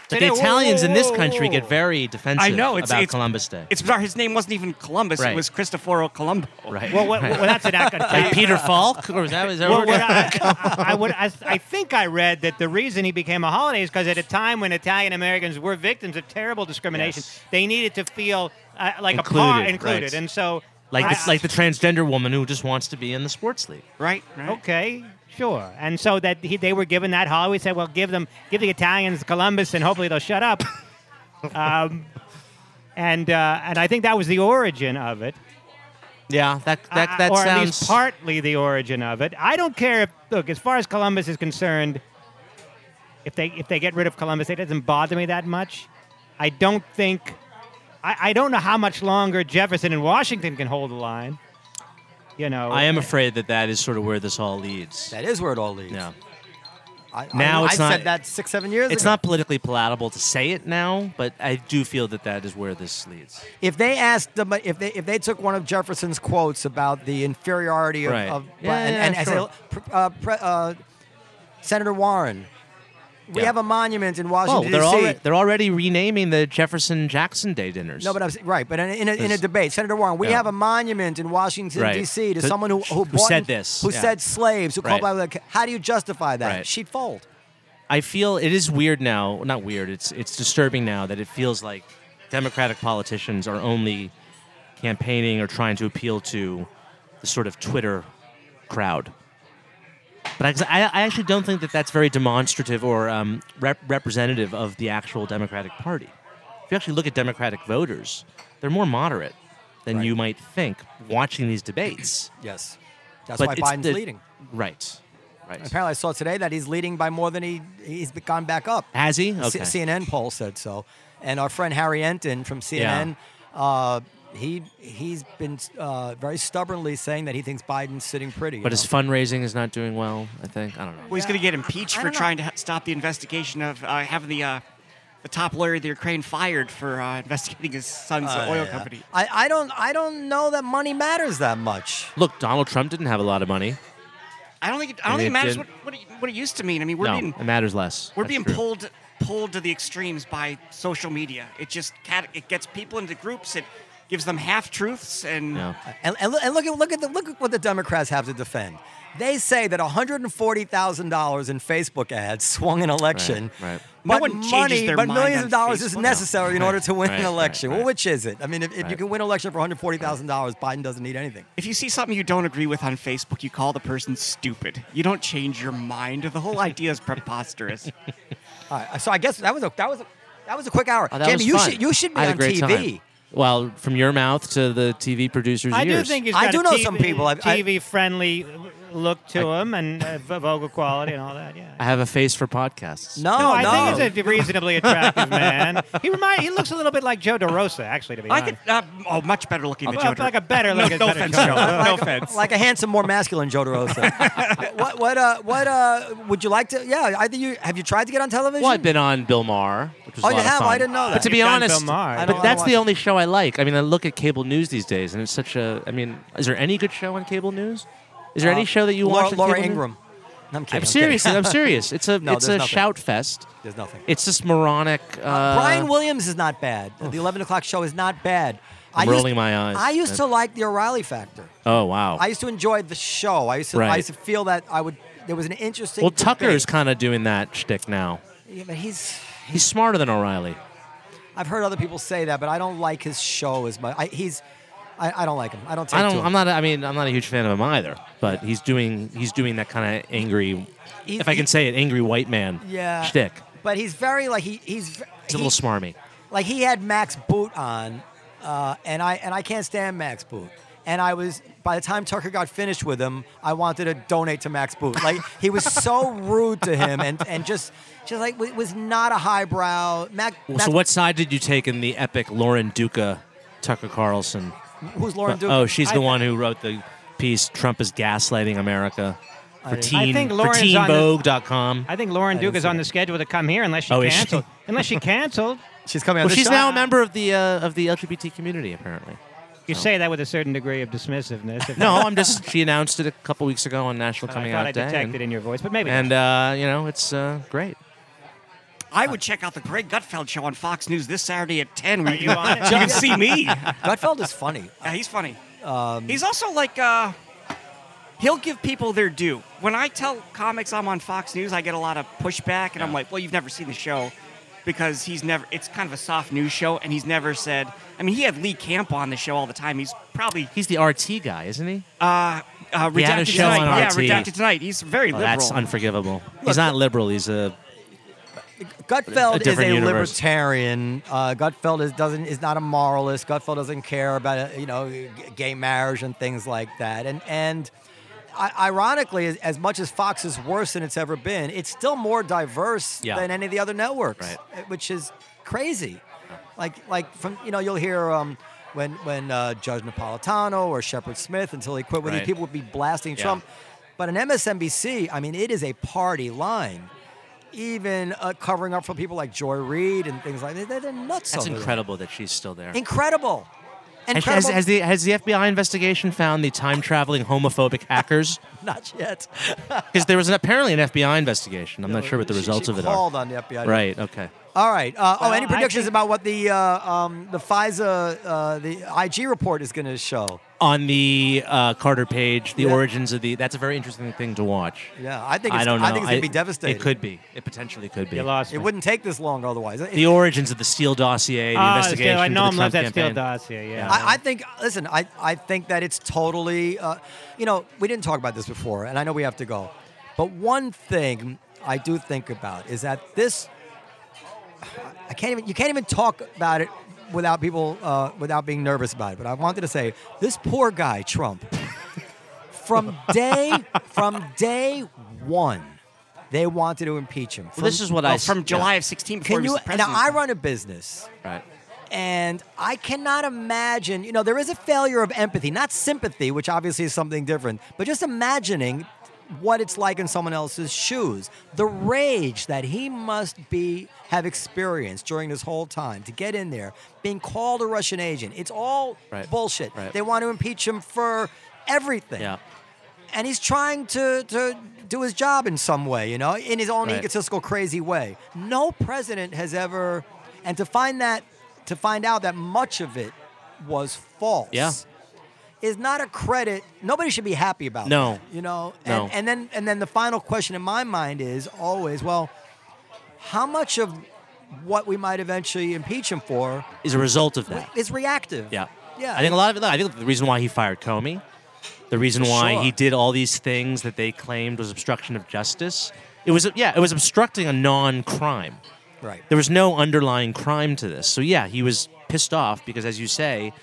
But
Today-
the Italians in this
whoa,
country
whoa,
get very defensive
I know it's
about
it's,
Columbus Day.
It's bizarre. His name wasn't even Columbus. It
Right.
was Cristoforo Colombo.
right.
Well, well, well, that's an
like
academic.
Peter Falk, or was that? Was that
Well,
what-
what I, I, I would, I, I think I read that the reason he became a holiday is because at a time when Italian Americans were victims of terrible discrimination,
Yes.
they needed to feel uh, like a part
Included,
included,
right.
and so
like
I-
this, like the transgender woman who just wants to be in the sports league.
Right. Right.
Okay, sure. And so that he, they were given that holiday. We said, well, give them, give the Italians Columbus, and hopefully they'll shut up. um, and uh, and I think that was the origin of it.
Yeah, that
Uh,
that that
or
sounds
at least partly the origin of it. I don't care if look as far as Columbus is concerned. If they if they get rid of Columbus, it doesn't bother me that much. I don't think. I, I don't know how much longer Jefferson and Washington can hold the line. You know,
I am afraid that that is sort of where this all leads.
That is where it all leads.
yeah.
I,
Now
I,
it's
I
not-
said that six, seven years
It's
ago.
not politically palatable to say it now, but I do feel that that is where this leads.
If they asked them, if they if they took one of Jefferson's quotes about the inferiority of,
Right.
of
Yeah,
and,
yeah,
and as
sure.
a- pr- uh, pre, uh, Senator Warren, we
Yeah.
have a monument in
Oh,
Washington
they're
D.C.
already they're already renaming the Jefferson Jackson Day dinners.
No, but I'm s- right. But in a, in a, in a
Is-
debate, Senator Warren, we
Yeah.
have a monument in Washington
Right.
D.C. to,
To-
someone who who,
who
bought
said
and-
this,
who
yeah.
said slaves, who called
Right.
by the. How do you justify that?
Right.
She'd fold.
I feel it is weird now. Not weird. It's it's disturbing now that it feels like Democratic politicians are only campaigning or trying to appeal to the sort of Twitter crowd. But I, I actually don't think that that's very demonstrative or um, rep- representative of the actual Democratic Party. If you actually look at Democratic voters, they're more moderate than you might think watching these debates.
Yes, that's
But
why
it's
Biden's
the-
leading.
Right. Right.
Apparently, I saw today that he's leading by more than he he's gone back up.
Has he?
C-
Okay.
CNN poll said so, and our friend Harry Enton from CNN, uh, he he's been uh, very stubbornly saying that he thinks Biden's sitting pretty. you
But
know?
his fundraising is not doing well, I think. I don't know.
Well, he's going to get impeached
I
for
don't know.
trying to h- stop the investigation of uh, having the uh, the top lawyer of the Ukraine fired for uh, investigating his son's uh,
Oh,
Uh,
oil
yeah.
company.
I, I don't I don't know that money matters that much.
Look, Donald Trump didn't have a lot of money.
I don't think it, I don't
And
think
it
it matters what,
didn't-
what, it, what it used to mean. I mean, we're
no,
being
it matters less.
we're
That's
being
true.
pulled pulled to the extremes by social media. It just cat- it gets people into groups. It gives them half truths and
Yeah.
And, and, loo- and look at look at the, look at what the Democrats have to defend. They say that $140,000 in Facebook ads swung an election.
right.
But
No one changes
money,
their
but
mind
millions
on
of dollars is
Facebook.
necessary in
Right,
order to win
right,
an
right,
election. Well,
right.
which is it? I mean, if, if you
Right.
can win an election for $140,000, Biden doesn't need anything.
If you see something you don't agree with on Facebook, you call the person stupid. You don't change your mind. The whole idea is preposterous.
All right. So I guess that was a that was a, that was a quick hour.
Oh, that
Jamie,
was
you
fun.
should you should be
I had
on
a great
TV.
Time. Well, from your mouth to the TV producer's
I
ears.
do think he's
I
got
do
a
know
TV,
some people. I- I-
TV friendly look to him and uh, v- vocal quality and all that. Yeah.
I have a face for podcasts.
No,
No,
no.
I think he's a reasonably attractive man. He remind, he looks a little bit like Joe DeRosa, actually, to be
I
honest.
could, uh, oh, much better looking than
Well,
Joe.
like
Dirt.
a better looking.
no
better
offense,
Joe.
Joe. No
like,
offense.
like a handsome, more masculine Joe DeRosa. what what uh what uh would you like to? Yeah, I think you have you tried to get on television.
Well, I've been on Bill Maher, which was
Oh,
a
you
lot of
have? I
fun.
didn't know that.
But to be
You've done
honest,
Bill Maher. I
don't
but
wanna
that's
watch
the only show I like. I mean, I look at cable news these days, and it's such a. I mean, is there any good show on cable news? Is there any show that you
Uh, Laura,
watch? on
Laura
cable news?
Ingram. No, I'm kidding.
I'm
kidding.
serious. I'm serious. It's a.
No,
it's
there's
a
nothing.
shout fest.
There's nothing.
It's just moronic. Uh,
Brian Williams is not bad. The 11 o'clock show is not bad.
I'm
I used-
rolling my eyes.
I used to like the O'Reilly Factor.
Oh wow.
I used to enjoy the show. I used to, I
Right.
used to feel that I would. There was an interesting.
well,
debate.
Tucker's kind of doing that shtick now.
Yeah, but he's.
He's smarter than O'Reilly.
I've heard other people say that, but I don't like his show as much. I, he's. I, I don't like him. I don't take
I
to
don't.
him.
I'm not. I mean, I'm not a huge fan of him either. But he's doing. He's doing that kind of angry.
He-
if I
he-
can say it, angry white man.
yeah.
Shtick.
But he's very like he he's
It's a little smarmy.
like he had Max Boot on, uh, and I and I can't stand Max Boot. And I was by the time Tucker got finished with him, I wanted to donate to Max Boot. Like he was so rude to him, and and just just like w- was not a highbrow. Mac,
Well,
Max-
so what side did you take in the epic Lauren Duca, Tucker Carlson?
Who's Lauren Duke?
Oh, she's the
I-
one who wrote the piece. Trump is gaslighting America. For
didn't-
teen,
I think
for
Lauren's on the-
teenvogue.com.
I think Lauren Duke
didn't
is
see
on
that.
the schedule to come here unless she
Oh, is she?
canceled. Unless she canceled.
She's coming. on
Well,
this
she's
show.
now a member of the uh, of the LGBT community, apparently.
You say that with a certain degree of dismissiveness.
No, I'm just. She announced it a couple weeks ago on National
I
Coming
thought
Out
I
Day.
detected
and-
in your voice, but maybe.
and uh, you know it's uh, great.
I would check out the Greg Gutfeld show on Fox News this Saturday at 10. Where
you on it?
you can see me.
Gutfeld is funny.
Yeah, he's funny.
Um,
he's also like, uh, he'll give people their due. When I tell comics I'm on Fox News, I get a lot of pushback, and I'm like, well, you've never seen the show because he's never, it's kind of a soft news show, and he's never said, I mean, he had Lee Camp on the show all the time. He's probably
He's the RT guy, isn't he?
uh, uh, redacted
He had a show
tonight.
on
yeah,
RT.
redacted tonight. He's very
Oh,
liberal.
that's unforgivable. he's not liberal. He's a
Gutfeld is a
different universe.
libertarian. Uh, Gutfeld is doesn't is not a moralist. Gutfeld doesn't care about uh, you know g- gay marriage and things like that. And and I- ironically, as, as much as Fox is worse than it's ever been, it's still more diverse
Yeah.
than any of the other networks,
Right.
uh, which is crazy. Like like from you know you'll hear. Um, when, when uh, Judge Napolitano or Shepard Smith, until he quit, when these
Right.
people would be blasting
Yeah.
Trump. But on MSNBC, I mean, it is a party line. Even uh, covering up for people like Joy Reid and things like that. They're, they're nuts.
That's
over there.
incredible that she's still there.
Incredible.
Has, has,
Incredible.
has the, has the FBI investigation found the time traveling homophobic hackers?
Not yet.
Because there was an, apparently an FBI investigation. I'm not sure what the
She-
results
she
of it are.
called on the FBI.
Right. Okay.
All right. Uh, oh,
Well,
any
I
predictions
think-
about what the uh, um, the FISA uh, the IG report is going to show?
On the uh, Carter page, the
Yeah.
origins of the. That's a very interesting thing to watch.
Yeah, I think it's,
I don't know.
think it's going to be devastating.
It could be. It potentially could be.
You lost
It
me.
wouldn't take this long otherwise. It-
the origins of the Steele dossier, the
Ah, the
investigation.
Steele- I
to
know
the
I'm
Trump
loved that Steele
campaign.
dossier. Yeah.
I, I think. Listen, I, I think that it's totally. Uh, you know, we didn't talk about this before, and I know we have to go. But one thing I do think about is that this. I can't even. You can't even talk about it without people uh, without being nervous about it. But I wanted to say this poor guy Trump. From day from day one, they wanted to impeach him.
Well, this
From-
is what
Well,
I s-
Oh, from
yeah.
July of 16 before
Can
he
you?
was the
Now
president.
I run a business
Right.
and I cannot imagine, you know, there is a failure of empathy, not sympathy, which obviously is something different, but just imagining what it's like in someone else's shoes. The rage that he must be have experienced during this whole time to get in there, being called a Russian agent. It's all
Right.
bullshit.
Right.
They want to impeach him for everything
Yeah.
and he's trying to, to do his job in some way, you know, in his own
Right.
egotistical, crazy way. No president has ever, and to find that, to find out that much of it was false,
Yeah.
is not a credit. Nobody should be happy about.
No.
that, you know,
No.
and, and then and then the final question in my mind is always, well, how much of what we might eventually impeach him for
Is a result of that.
is reactive?
Yeah.
yeah.
I think a lot of it. I think the reason why he fired Comey, the reason why
sure.
he did all these things that they claimed was obstruction of justice. It was yeah, it was obstructing a non-crime.
right.
There was no underlying crime to this. So yeah, he was pissed off because as you say,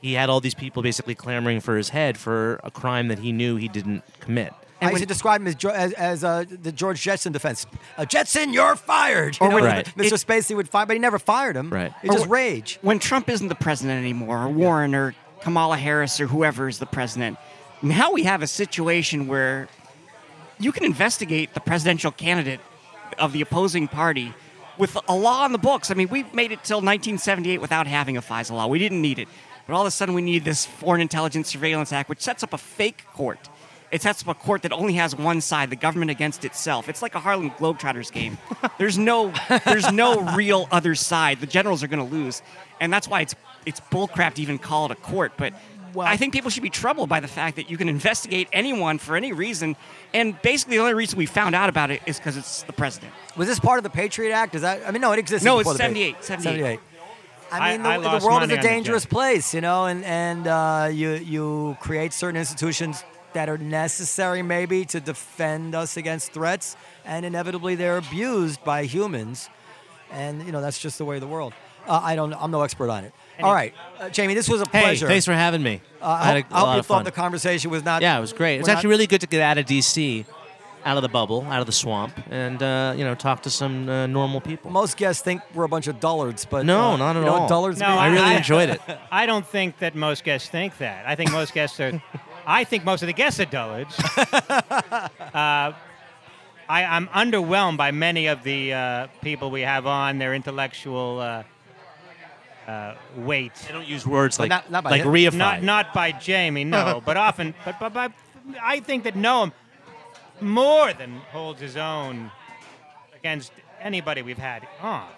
he had all these people basically clamoring for his head for a crime that he knew he didn't commit.
I used to describe him as Jo- as, as uh, the George Jetson defense. Uh, Jetson, you're fired. You
Or when-
Right.
Mr.
it-
Spacey would fire, but he never fired him.
Right.
It just
Or-
rage.
when Trump isn't the president anymore, or Warren or Kamala Harris or whoever is the president, now we have a situation where you can investigate the presidential candidate of the opposing party with a law on the books. I mean, we made it till 1978 without having a FISA law. We didn't need it. But all of a sudden, we need this Foreign Intelligence Surveillance Act, which sets up a fake court. It sets up a court that only has one side, the government against itself. It's like a Harlem Globetrotters game. There's no, there's no real other side. The generals are going to lose, and that's why it's it's bullcrap to even call it a court. But I think people should be troubled by the fact that you can investigate anyone for any reason, and basically the only reason we found out about it is because it's the president.
Was this part of the Patriot Act? Is that? I mean, no, it existed.
No, it's
before the Patriot-
78, 78.
I
I-
mean, the,
I
the
lost
world is
money
a
on the
dangerous
Jet.
place, you know, and and uh, you you create certain institutions that are necessary maybe to defend us against threats, and inevitably they're abused by humans, and you know that's just the way of the world. Uh, I don't. I'm no expert on it. All right, uh, Jamie, this was a
Hey,
pleasure.
thanks for having me.
Uh, I,
had
hope,
a- a
I hope
lot
you
of
thought
fun.
the conversation was not.
Yeah, it was great. It was
we're
actually
not-
really good to get out of DC, out of the bubble, out of the swamp, and uh, you know talk to some uh, normal people.
Most guests think we're a bunch of dullards, but
no,
uh,
not at
you know what
all.
Dullards.
No,
mean?
I really
I-
enjoyed it.
I don't think that most guests think that. I think most guests are. I think most of the guests are dullards. uh, I, I'm underwhelmed by many of the uh, people we have on their intellectual uh, uh, weight.
I don't use words like
not- not by
like
him.
reified.
Not not by Jamie, no, but often. But, but by, I think that Noam more than holds his own against anybody we've had on.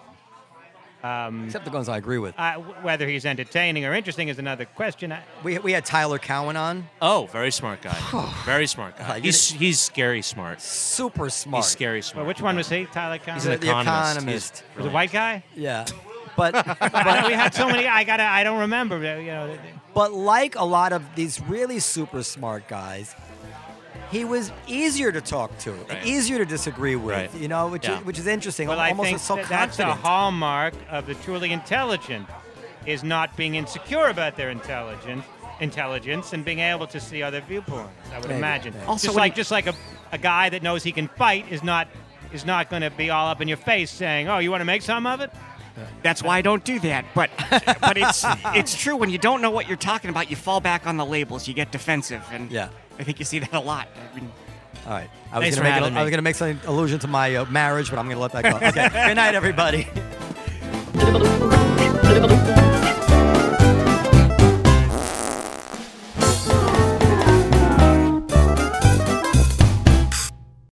Except the ones I agree with.
Uh, w- whether he's entertaining or interesting is another question. I,
We, we had Tyler Cowan on.
oh, very smart guy. very smart guy.
Uh, you
He's he's scary smart.
Super smart.
He's scary smart.
well, which one was he? Tyler Cowen?
He's
The-
an
the
economist.
economist.
He's
was a
brilliant.
white guy?
Yeah. But
I know we had so many. I gotta. I don't remember. but, You know,
but like a lot of these really super smart guys, he was easier to talk to,
Right.
and easier to disagree with.
Right.
You know, which
Yeah.
is, which is interesting.
Well, I
almost
think
so
that that's a
confident.
hallmark of the truly intelligent, is not being insecure about their intelligence, intelligence, and being able to see other viewpoints. I would
Maybe,
imagine.
maybe.
Also
just
when
like
you-
just like a, a guy that knows he can fight is not is not going to be all up in your face saying, "Oh, you want to make some of it?"
That's why I don't do that. But but it's it's true when you don't know what you're talking about, you fall back on the labels. You get defensive, and
Yeah.
I think you see that a lot. I mean,
All right. I was gonna
Thanks for
make
having
an- I was
me.
gonna make some allusion to my uh, marriage, but I'm gonna let that go. Okay. Good night, everybody.